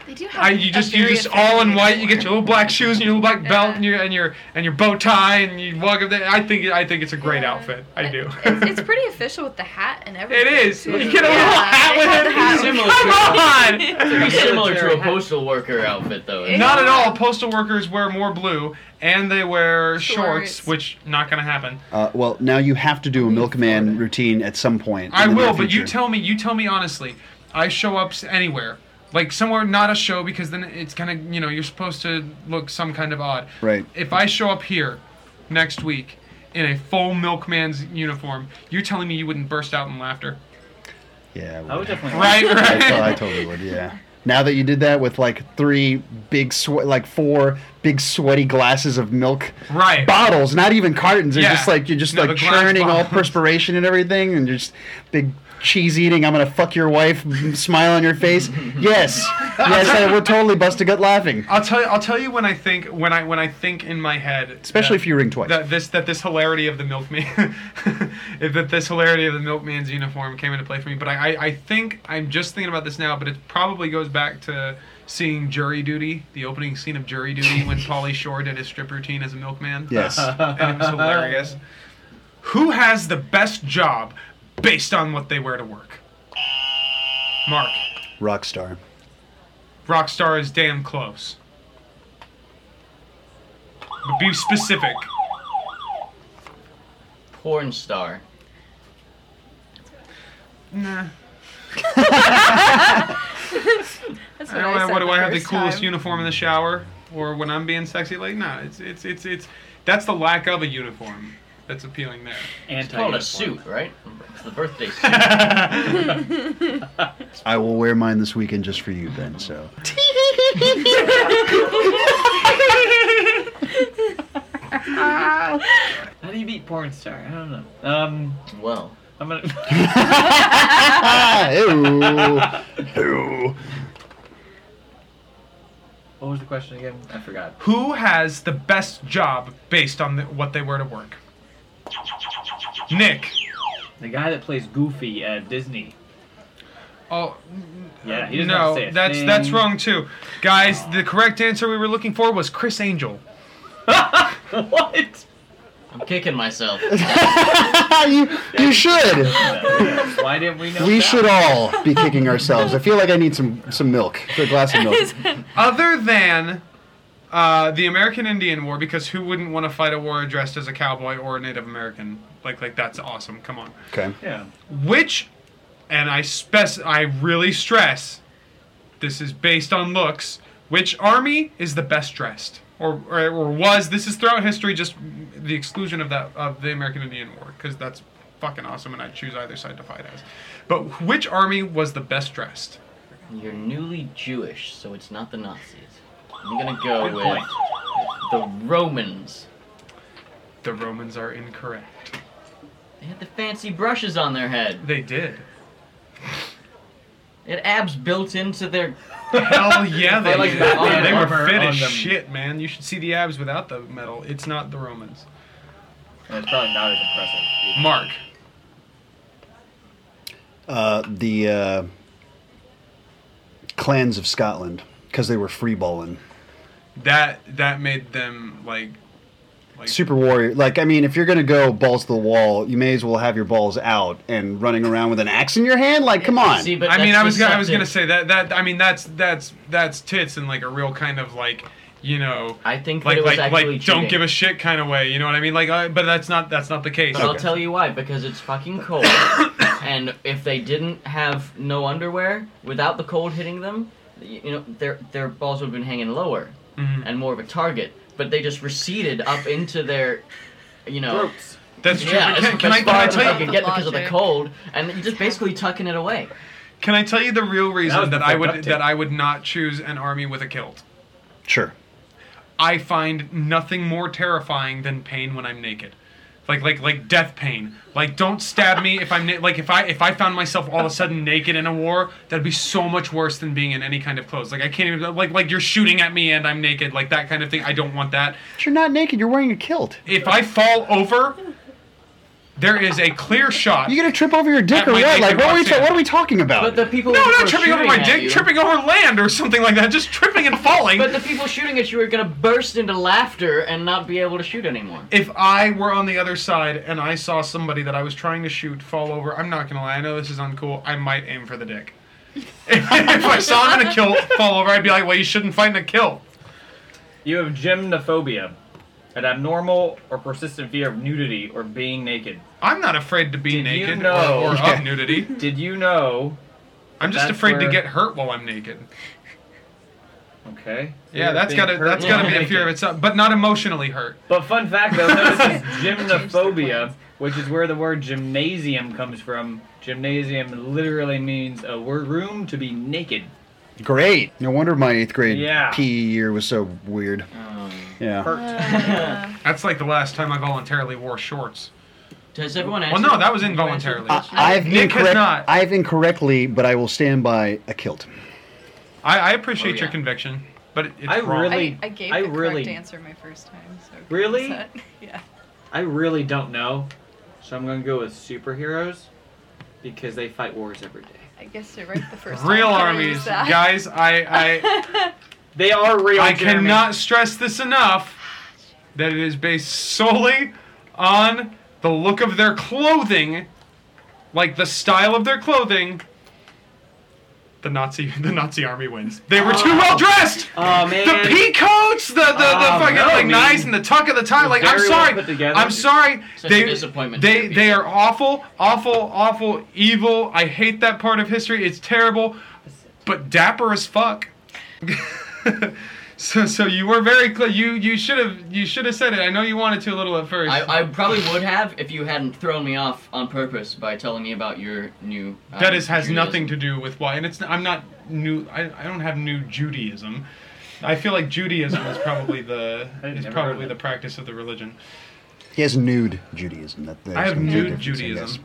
S9: They do have.
S5: I, you
S9: a
S5: just you
S9: very
S5: just all in
S9: effective
S5: white. You get your little black shoes and your little black belt
S6: Yeah.
S5: and your and your and your bow tie and you walk up there. I think I think it's a great
S6: Yeah.
S5: outfit. I do.
S6: It's,
S5: <laughs>
S6: it's pretty official with the hat and everything.
S5: It is.
S6: too.
S5: You get a little hat
S6: they
S5: with
S6: have
S5: it.
S6: the hat with
S4: Similar
S5: Come on.
S4: Pretty similar to
S3: Military
S4: a
S3: hat.
S4: postal worker outfit, though.
S6: It-
S5: Not at all. Postal workers wear more blue, and they wear shorts,
S6: Shorts.
S5: which not gonna happen.
S7: Uh, well, now you have to do a milkman routine at some point.
S5: I
S7: in the near
S5: will, but you
S7: future.
S5: tell me. You tell me honestly. I show up s- anywhere, like somewhere not a show, because then it's kind of you know you're supposed to look some kind of odd.
S7: Right.
S5: If I show up here next week in a full milkman's uniform, you're telling me you wouldn't burst out in laughter?
S7: Yeah. I
S3: I would
S7: would.
S3: definitely.
S5: Right, <laughs>
S7: I,
S5: right.
S7: I totally would. Yeah. Now that you did that with like three big sweat, like four big sweaty glasses of milk
S5: Right.
S7: bottles, not even cartons. They're
S5: Yeah.
S7: just like you're just
S5: No,
S7: like
S5: the glass
S7: churning all
S5: bottles.
S7: perspiration and everything, and just big cheese eating. I'm gonna fuck your wife. <laughs> smile on
S5: <laughs>
S7: your face. Yes, yes, I, we're totally busted gut laughing.
S5: I'll tell you. I'll tell you when I think when I when I think in my head.
S7: Especially
S5: that-
S7: if you ring twice.
S5: That this that this hilarity of the milkman, <laughs> if that this hilarity of the milkman's uniform came into play for me. But I, I I think I'm just thinking about this now. But it probably goes back to seeing Jury Duty, the opening scene of Jury Duty when Pauly Shore did his strip routine as a milkman.
S7: <laughs> yes.
S5: and it was hilarious. Who has the best job based on what they wear to work? Mark,
S7: Rockstar.
S5: Rockstar is damn close. But be specific.
S4: Porn star.
S5: Nah.
S6: That's
S5: I don't know, what
S6: said
S5: do I have the
S6: first
S5: coolest
S6: time.
S5: uniform in the shower or when I'm being sexy? Like, no, it's it's it's it's that's the lack of a uniform that's appealing there.
S4: It's called
S3: Anti.
S4: a suit, right? It's the <laughs> birthday suit.
S7: I will wear mine this weekend just for you, Ben.
S5: <laughs>
S7: So.
S3: How do you beat porn star? I don't know. Um,
S4: well,
S3: I'm gonna. <laughs>
S7: Ah, ew. Ew.
S3: What was the question again? I forgot.
S5: Who has the best job based on the, what they were to work? Nick.
S3: The guy that plays Goofy at Disney.
S5: Oh
S3: Yeah, he doesn't have to say
S5: no,
S3: a
S5: that's
S3: thing.
S5: that's wrong too, guys. The correct answer we were looking for was Chris Angel.
S3: <laughs> what?
S4: I'm kicking myself.
S7: Ah, you, you should.
S3: Why didn't we know?
S7: We
S3: that?
S7: should all be kicking ourselves. I feel like I need some some milk, a glass of milk.
S5: <laughs> Other than uh, the American Indian War, because who wouldn't want to fight a war dressed as a cowboy or a Native American? Like like that's awesome. Come on.
S7: Okay.
S3: Yeah.
S5: Which, and I spec I really stress, this is based on looks. Which army is the best dressed, or or, or was? This is throughout history, just the exclusion of that of the American Indian War, because that's fucking awesome, and I choose either side to fight as. But which army was the best dressed?
S4: You're newly Jewish, so it's not the Nazis. I'm gonna go with the Romans.
S5: The Romans are incorrect.
S4: They had the fancy brushes on their head.
S5: They did.
S4: It abs built into their.
S5: Hell yeah, they,
S3: They like
S5: did.
S3: Batman
S5: they were
S3: armor
S5: fit
S3: on
S5: as
S3: them.
S5: shit, man. You should see the abs without the metal. It's not the Romans.
S3: That's probably not as impressive.
S5: Mark.
S7: Uh, the uh, clans of Scotland, because they were free balling.
S5: That that made them like like
S7: Super warrior. Like, I mean, if you're gonna go balls to the wall, you may as well have your balls out and running around with an axe in your hand. Like, come on.
S4: See, but
S5: I mean,
S4: that's
S5: I was gonna, I was
S4: deceptive.
S5: gonna say that that I mean that's that's that's tits in like a real kind of like you know
S4: I think that
S5: like
S4: it was
S5: like like
S4: actually
S5: don't
S4: cheating.
S5: give a shit kind of way. You know what I mean? Like, uh, but that's not that's not the case.
S4: But I'll tell you why, because it's fucking
S5: <coughs>
S4: cold. and if they didn't have no underwear, without the cold hitting them, y- you know, their their balls would have been hanging lower
S5: Mhm.
S4: and more of a target. But they just receded up into their, you know.
S5: That's true.
S4: Yeah,
S5: but
S4: as,
S5: can, can
S4: as
S5: I,
S4: far
S5: can, I
S4: as I
S5: tell you,
S4: could get because of the
S6: Logic.
S4: cold, and you're just basically tucking it away.
S5: can I tell you the real reason
S3: was
S5: that I
S3: before
S5: would
S3: duct tape.
S5: that I would not choose an army with a kilt?
S7: Sure.
S5: I find nothing more terrifying than pain when I'm naked. Like like like death pain. Like don't stab me if I'm na- like if I if I found myself all of a sudden naked in a war, that'd be so much worse than being in any kind of clothes. Like I can't even like like you're shooting at me and I'm naked, like that kind of thing. I don't want that.
S7: But you're not naked. You're wearing a kilt.
S5: If I fall over, there is a clear shot.
S7: You're gonna trip over your dick
S5: That
S7: or
S5: might make
S7: what?
S5: it
S7: Like, what are we?
S5: worse,
S7: ta-
S5: yeah.
S7: what are we talking about?
S4: But the people.
S5: no,
S4: who
S5: not
S4: were
S5: tripping over
S4: shooting
S5: my
S4: at
S5: dick,
S4: you-
S5: tripping over land or something like that. Just tripping and falling.
S4: But the people shooting at you are gonna burst into laughter and not be able to shoot anymore.
S5: if I were on the other side and I saw somebody that I was trying to shoot fall over, I'm not gonna lie, I know this is uncool, I might aim for the dick. <laughs> if I saw him in a kilt fall over, I'd be like, well, you shouldn't fight in a kilt.
S3: You have gymnophobia, an abnormal or persistent fear of nudity or being naked.
S5: I'm not afraid to be
S3: Did you
S5: naked
S3: know-
S5: or, or
S7: Yeah.
S5: of nudity.
S3: Did you know?
S5: I'm just
S3: That's
S5: afraid to
S3: where-
S5: get hurt while I'm naked.
S3: Okay.
S5: Yeah,
S3: Fear of
S5: that's
S3: being
S5: gotta
S3: hurt
S5: that's
S3: when
S5: gotta be a
S3: naked.
S5: fear of itself, but not emotionally hurt.
S3: But fun fact though, this is
S8: plans.
S3: gymnophobia, which is where the word gymnasium comes from. Gymnasium literally means a word room to be naked.
S7: Great. No wonder my eighth grade
S3: Yeah.
S7: PE year was so weird.
S4: Um,
S7: yeah.
S6: Uh,
S5: <laughs> That's like the last time I voluntarily wore shorts.
S4: Does everyone
S5: Well,
S4: answer?
S5: no, that was involuntarily.
S7: I, I've
S5: Nick has
S7: incorrect-
S5: not.
S7: I've incorrectly, but I will stand by a kilt.
S5: I, I appreciate
S4: Oh,
S5: your
S4: yeah.
S5: conviction, but it- it's
S3: I
S5: wrong.
S3: really-
S6: I, I gave
S3: I
S6: the
S3: really-
S6: correct answer my first time. So
S3: Really?
S6: that- <laughs> Yeah.
S3: I really don't know, so I'm gonna go with superheroes because they fight wars every day.
S6: I guess you're right the first
S5: Real
S6: time. Can I
S5: armies,
S6: <laughs> use that?
S5: guys. I, I
S3: They are real.
S5: I
S3: Jeremy.
S5: cannot stress this enough that it is based solely on the look of their clothing, like the style of their clothing. The Nazi, <laughs> the Nazi army wins. They were too well dressed.
S3: Oh
S5: The
S3: man.
S5: pea coats, the the, the
S3: Oh,
S5: fucking
S3: no,
S5: like
S3: man.
S5: knives and the tuck of the tie. Like I'm
S3: Very well
S5: sorry,
S3: put together.
S5: I'm sorry.
S4: Such
S5: they
S4: a disappointment to
S5: they
S4: your
S5: they are awful, awful, awful, evil. I hate that part of history. It's terrible, but dapper as fuck. <laughs> so so you were very clear. You you should have you should have said it. I know you wanted to a little at first.
S4: I, I probably would have if you hadn't thrown me off on purpose by telling me about your new. uh,
S5: that is has
S4: Judaism.
S5: nothing to do with why, and it's I'm not new. I, I don't have new Judaism. I feel like Judaism is probably the
S3: <laughs> I never
S5: is
S3: heard
S5: probably
S3: of
S5: the
S3: it.
S5: practice of the religion.
S7: He has nude Judaism. That,
S5: I have
S7: there's a big
S5: nude
S7: difference, I
S5: Judaism.
S7: guess.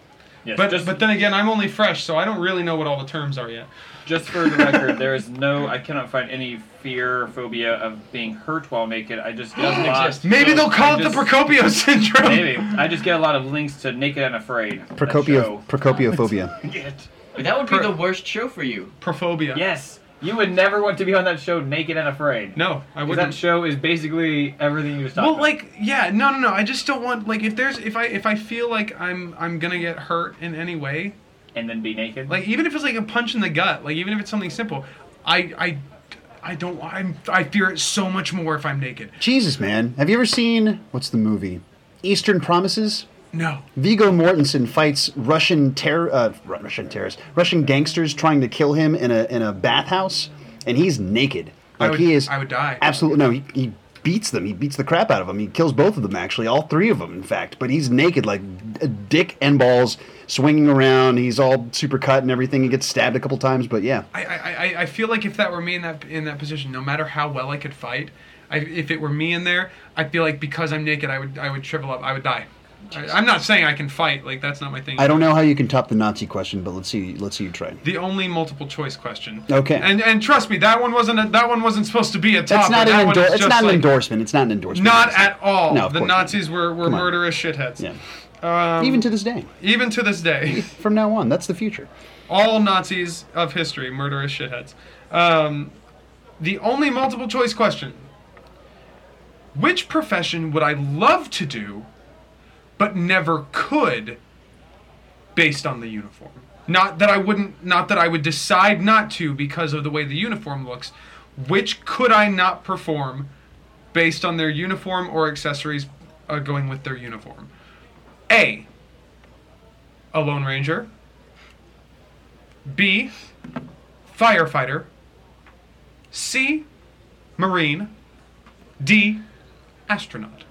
S3: Yes,
S5: But
S3: just,
S5: but then again, I'm only fresh, so I don't really know what all the terms are yet.
S3: just for the record, there is no. I cannot find any fear or phobia of being hurt while naked. I just
S5: <gasps>
S3: get a
S4: Doesn't
S3: lot.
S4: exist.
S5: Maybe they'll call
S3: I
S5: it
S3: just-
S5: the Procopio syndrome.
S3: Maybe I just get a lot of links to Naked and Afraid. that show.
S7: Procopio, Procopiophobia.
S5: <laughs>
S3: Get-
S4: That would be the worst show for you.
S5: <laughs> Prophobia.
S3: Yes, you would never want to be on that show, Naked and Afraid.
S5: No, I
S3: 'Cause
S5: wouldn't.
S3: that show is basically everything you just talked
S5: well,
S3: about.
S5: like, yeah, no, no, no. I just don't want like if there's if I if I feel like I'm I'm gonna get hurt in any way,
S3: and then be naked. <laughs>
S5: like even if it's like a punch in the gut, like even if it's something simple, I I I don't I'm I fear it so much more if I'm naked.
S7: Jesus, man. Have you ever seen what's the movie? Eastern Promises?
S5: No.
S7: Vigo Mortensen fights Russian terror, uh, Ru- Russian terrorists, Russian gangsters trying to kill him in a in a bathhouse, and he's naked.
S5: I
S7: Like
S5: would-
S7: he is.
S5: I would die.
S7: Absolutely no. He, he beats them. He beats the crap out of them. He kills both of them actually, all three of them in fact. But he's naked, like a dick and balls, swinging around. He's all super cut and everything. He gets stabbed a couple times, but yeah.
S5: I, I, I- I feel like if that were me in that in that position, no matter how well I could fight, I, if it were me in there, I feel like because I'm naked, I would I would shrivel up, I would die. I, I'm not saying I can fight, like that's not my thing.
S7: I don't know how you can top the Nazi question, but let's see. Let's see you try.
S5: The only multiple choice question.
S7: Okay.
S5: And and trust me, that one wasn't a, that one wasn't supposed to be a
S7: That's
S5: topic.
S7: not
S5: that
S7: an
S5: one
S7: endor-
S5: is
S7: It's
S5: just
S7: not an
S5: like-
S7: endorsement. It's not an endorsement.
S5: Not at all.
S7: No, of
S5: the
S7: course not.
S5: Nazis were, were
S7: Come on.
S5: murderous shitheads.
S7: Yeah.
S5: Um,
S7: Even to this day.
S5: even to this day.
S7: From now on, that's the future.
S5: all Nazis of history, murderous shitheads. Um, the only multiple choice question Which profession would I love to do but never could based on the uniform? Not that I wouldn't, not that I would decide not to because of the way the uniform looks. Which could I not perform based on their uniform or accessories uh, going with their uniform? A. A Lone Ranger. B. Firefighter. C. Marine. D. Astronaut.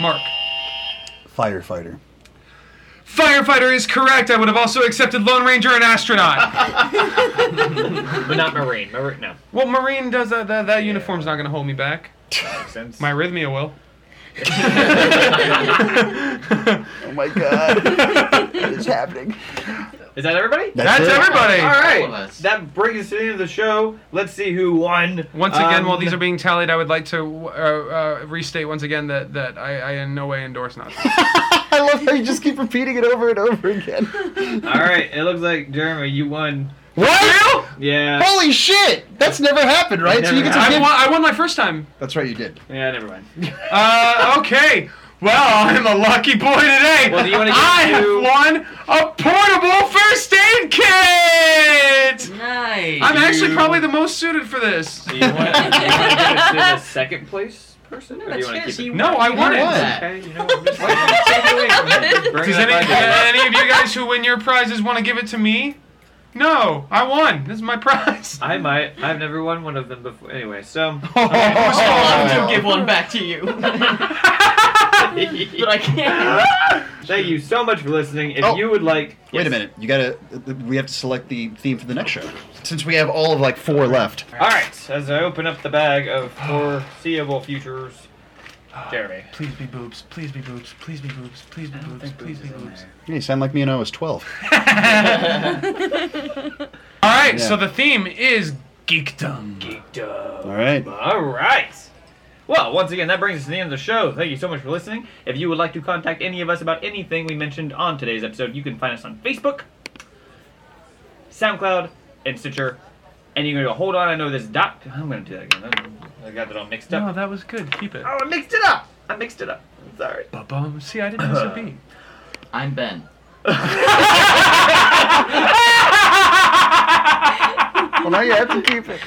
S5: Mark.
S7: Firefighter.
S5: Firefighter is correct. I would have also accepted Lone Ranger and
S7: <laughs>
S5: astronaut.
S3: but not Marine. Marine, no.
S5: well, Marine does uh, that. That, that uniform's not going to hold me back.
S3: Makes sense.
S5: My arrhythmia will.
S7: Oh my god. <laughs> what is happening?
S3: Is that everybody?
S5: That's everybody.
S3: All
S4: All of
S3: right,
S4: us.
S3: that brings us to the end of the show. Let's see who won.
S5: Once again,
S3: Um,
S5: while these are being tallied, I would like to uh, uh, restate once again that, that I, I in no way endorse Nazis.
S7: <laughs> I love how you just keep repeating it over and over again. <laughs>
S3: all right, it looks like Jeremy, you won.
S7: What?
S3: Yeah,
S7: Holy shit! That's never happened, right? so you get to
S5: I
S7: give-
S5: won, I won my first time.
S7: That's right, you <laughs> did.
S3: yeah, never mind.
S5: Uh, okay. Well, <laughs> I'm a lucky boy today.
S3: Well, do you wanna give
S5: I
S3: two-
S5: have won a portable first aid kit.
S4: Nice.
S5: I'm actually
S3: you-
S5: probably the most suited for this.
S3: Do <laughs> you want, do you want to give us to the second place person, or do you want to
S4: Yes,
S3: keep it?
S4: you
S5: No,
S4: won.
S5: I
S4: You
S5: won it.
S4: that.
S3: Okay, you know, I'm just <laughs> Take it away from me. Bring
S5: Does
S3: it
S5: any,
S3: up, I
S5: any of you guys who win your prizes want to give it to me? No, I won. This is my <laughs> prize.
S3: I might. I've never won one of them before. Anyway, so <laughs>
S4: I
S7: Oh.
S4: want to give one back to <laughs> you, but I can't. <laughs>
S3: thank you so much for listening. If
S7: Oh.
S3: you would like,
S7: Wait a
S3: Yes.
S7: minute. You gotta. We have to select the theme for the next show. Since we have all of like four left.
S3: All right, as I open up the bag of foreseeable futures, Jeremy.
S5: Please be boobs. Please be boobs. Please be boobs. Please be boobs. Please be boobs.
S7: Yeah, you sound like me and I was 12.
S5: All right.
S7: Yeah.
S5: So the theme is geekdom.
S7: All right.
S3: All right. Well, once again, that brings us to the end of the show. Thank you so much for listening. If you would like to contact any of us about anything we mentioned on today's episode, you can find us on Facebook, SoundCloud, and Stitcher. And you can go, hold on, I know this dot. I'm going to do that again. I got that all mixed
S5: No,
S3: up.
S5: that was good. Keep it.
S3: Oh, I mixed it up. I mixed it up. I'm sorry.
S5: Ba-bum. See, I
S3: <laughs>
S5: didn't miss a beat.
S4: I'm Ben.
S7: Well, now you have to keep it.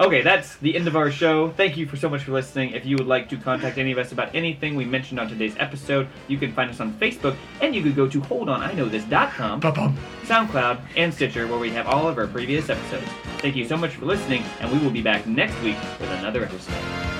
S3: Okay, that's the end of our show. Thank you for so much for listening. If you would like to contact any of us about anything we mentioned on today's episode, you can find us on Facebook, and you could go to holdoniknowthis.com,
S5: Ba-bum.
S3: SoundCloud, and Stitcher, where we have all of our previous episodes. Thank you so much for listening, and we will be back next week with another episode.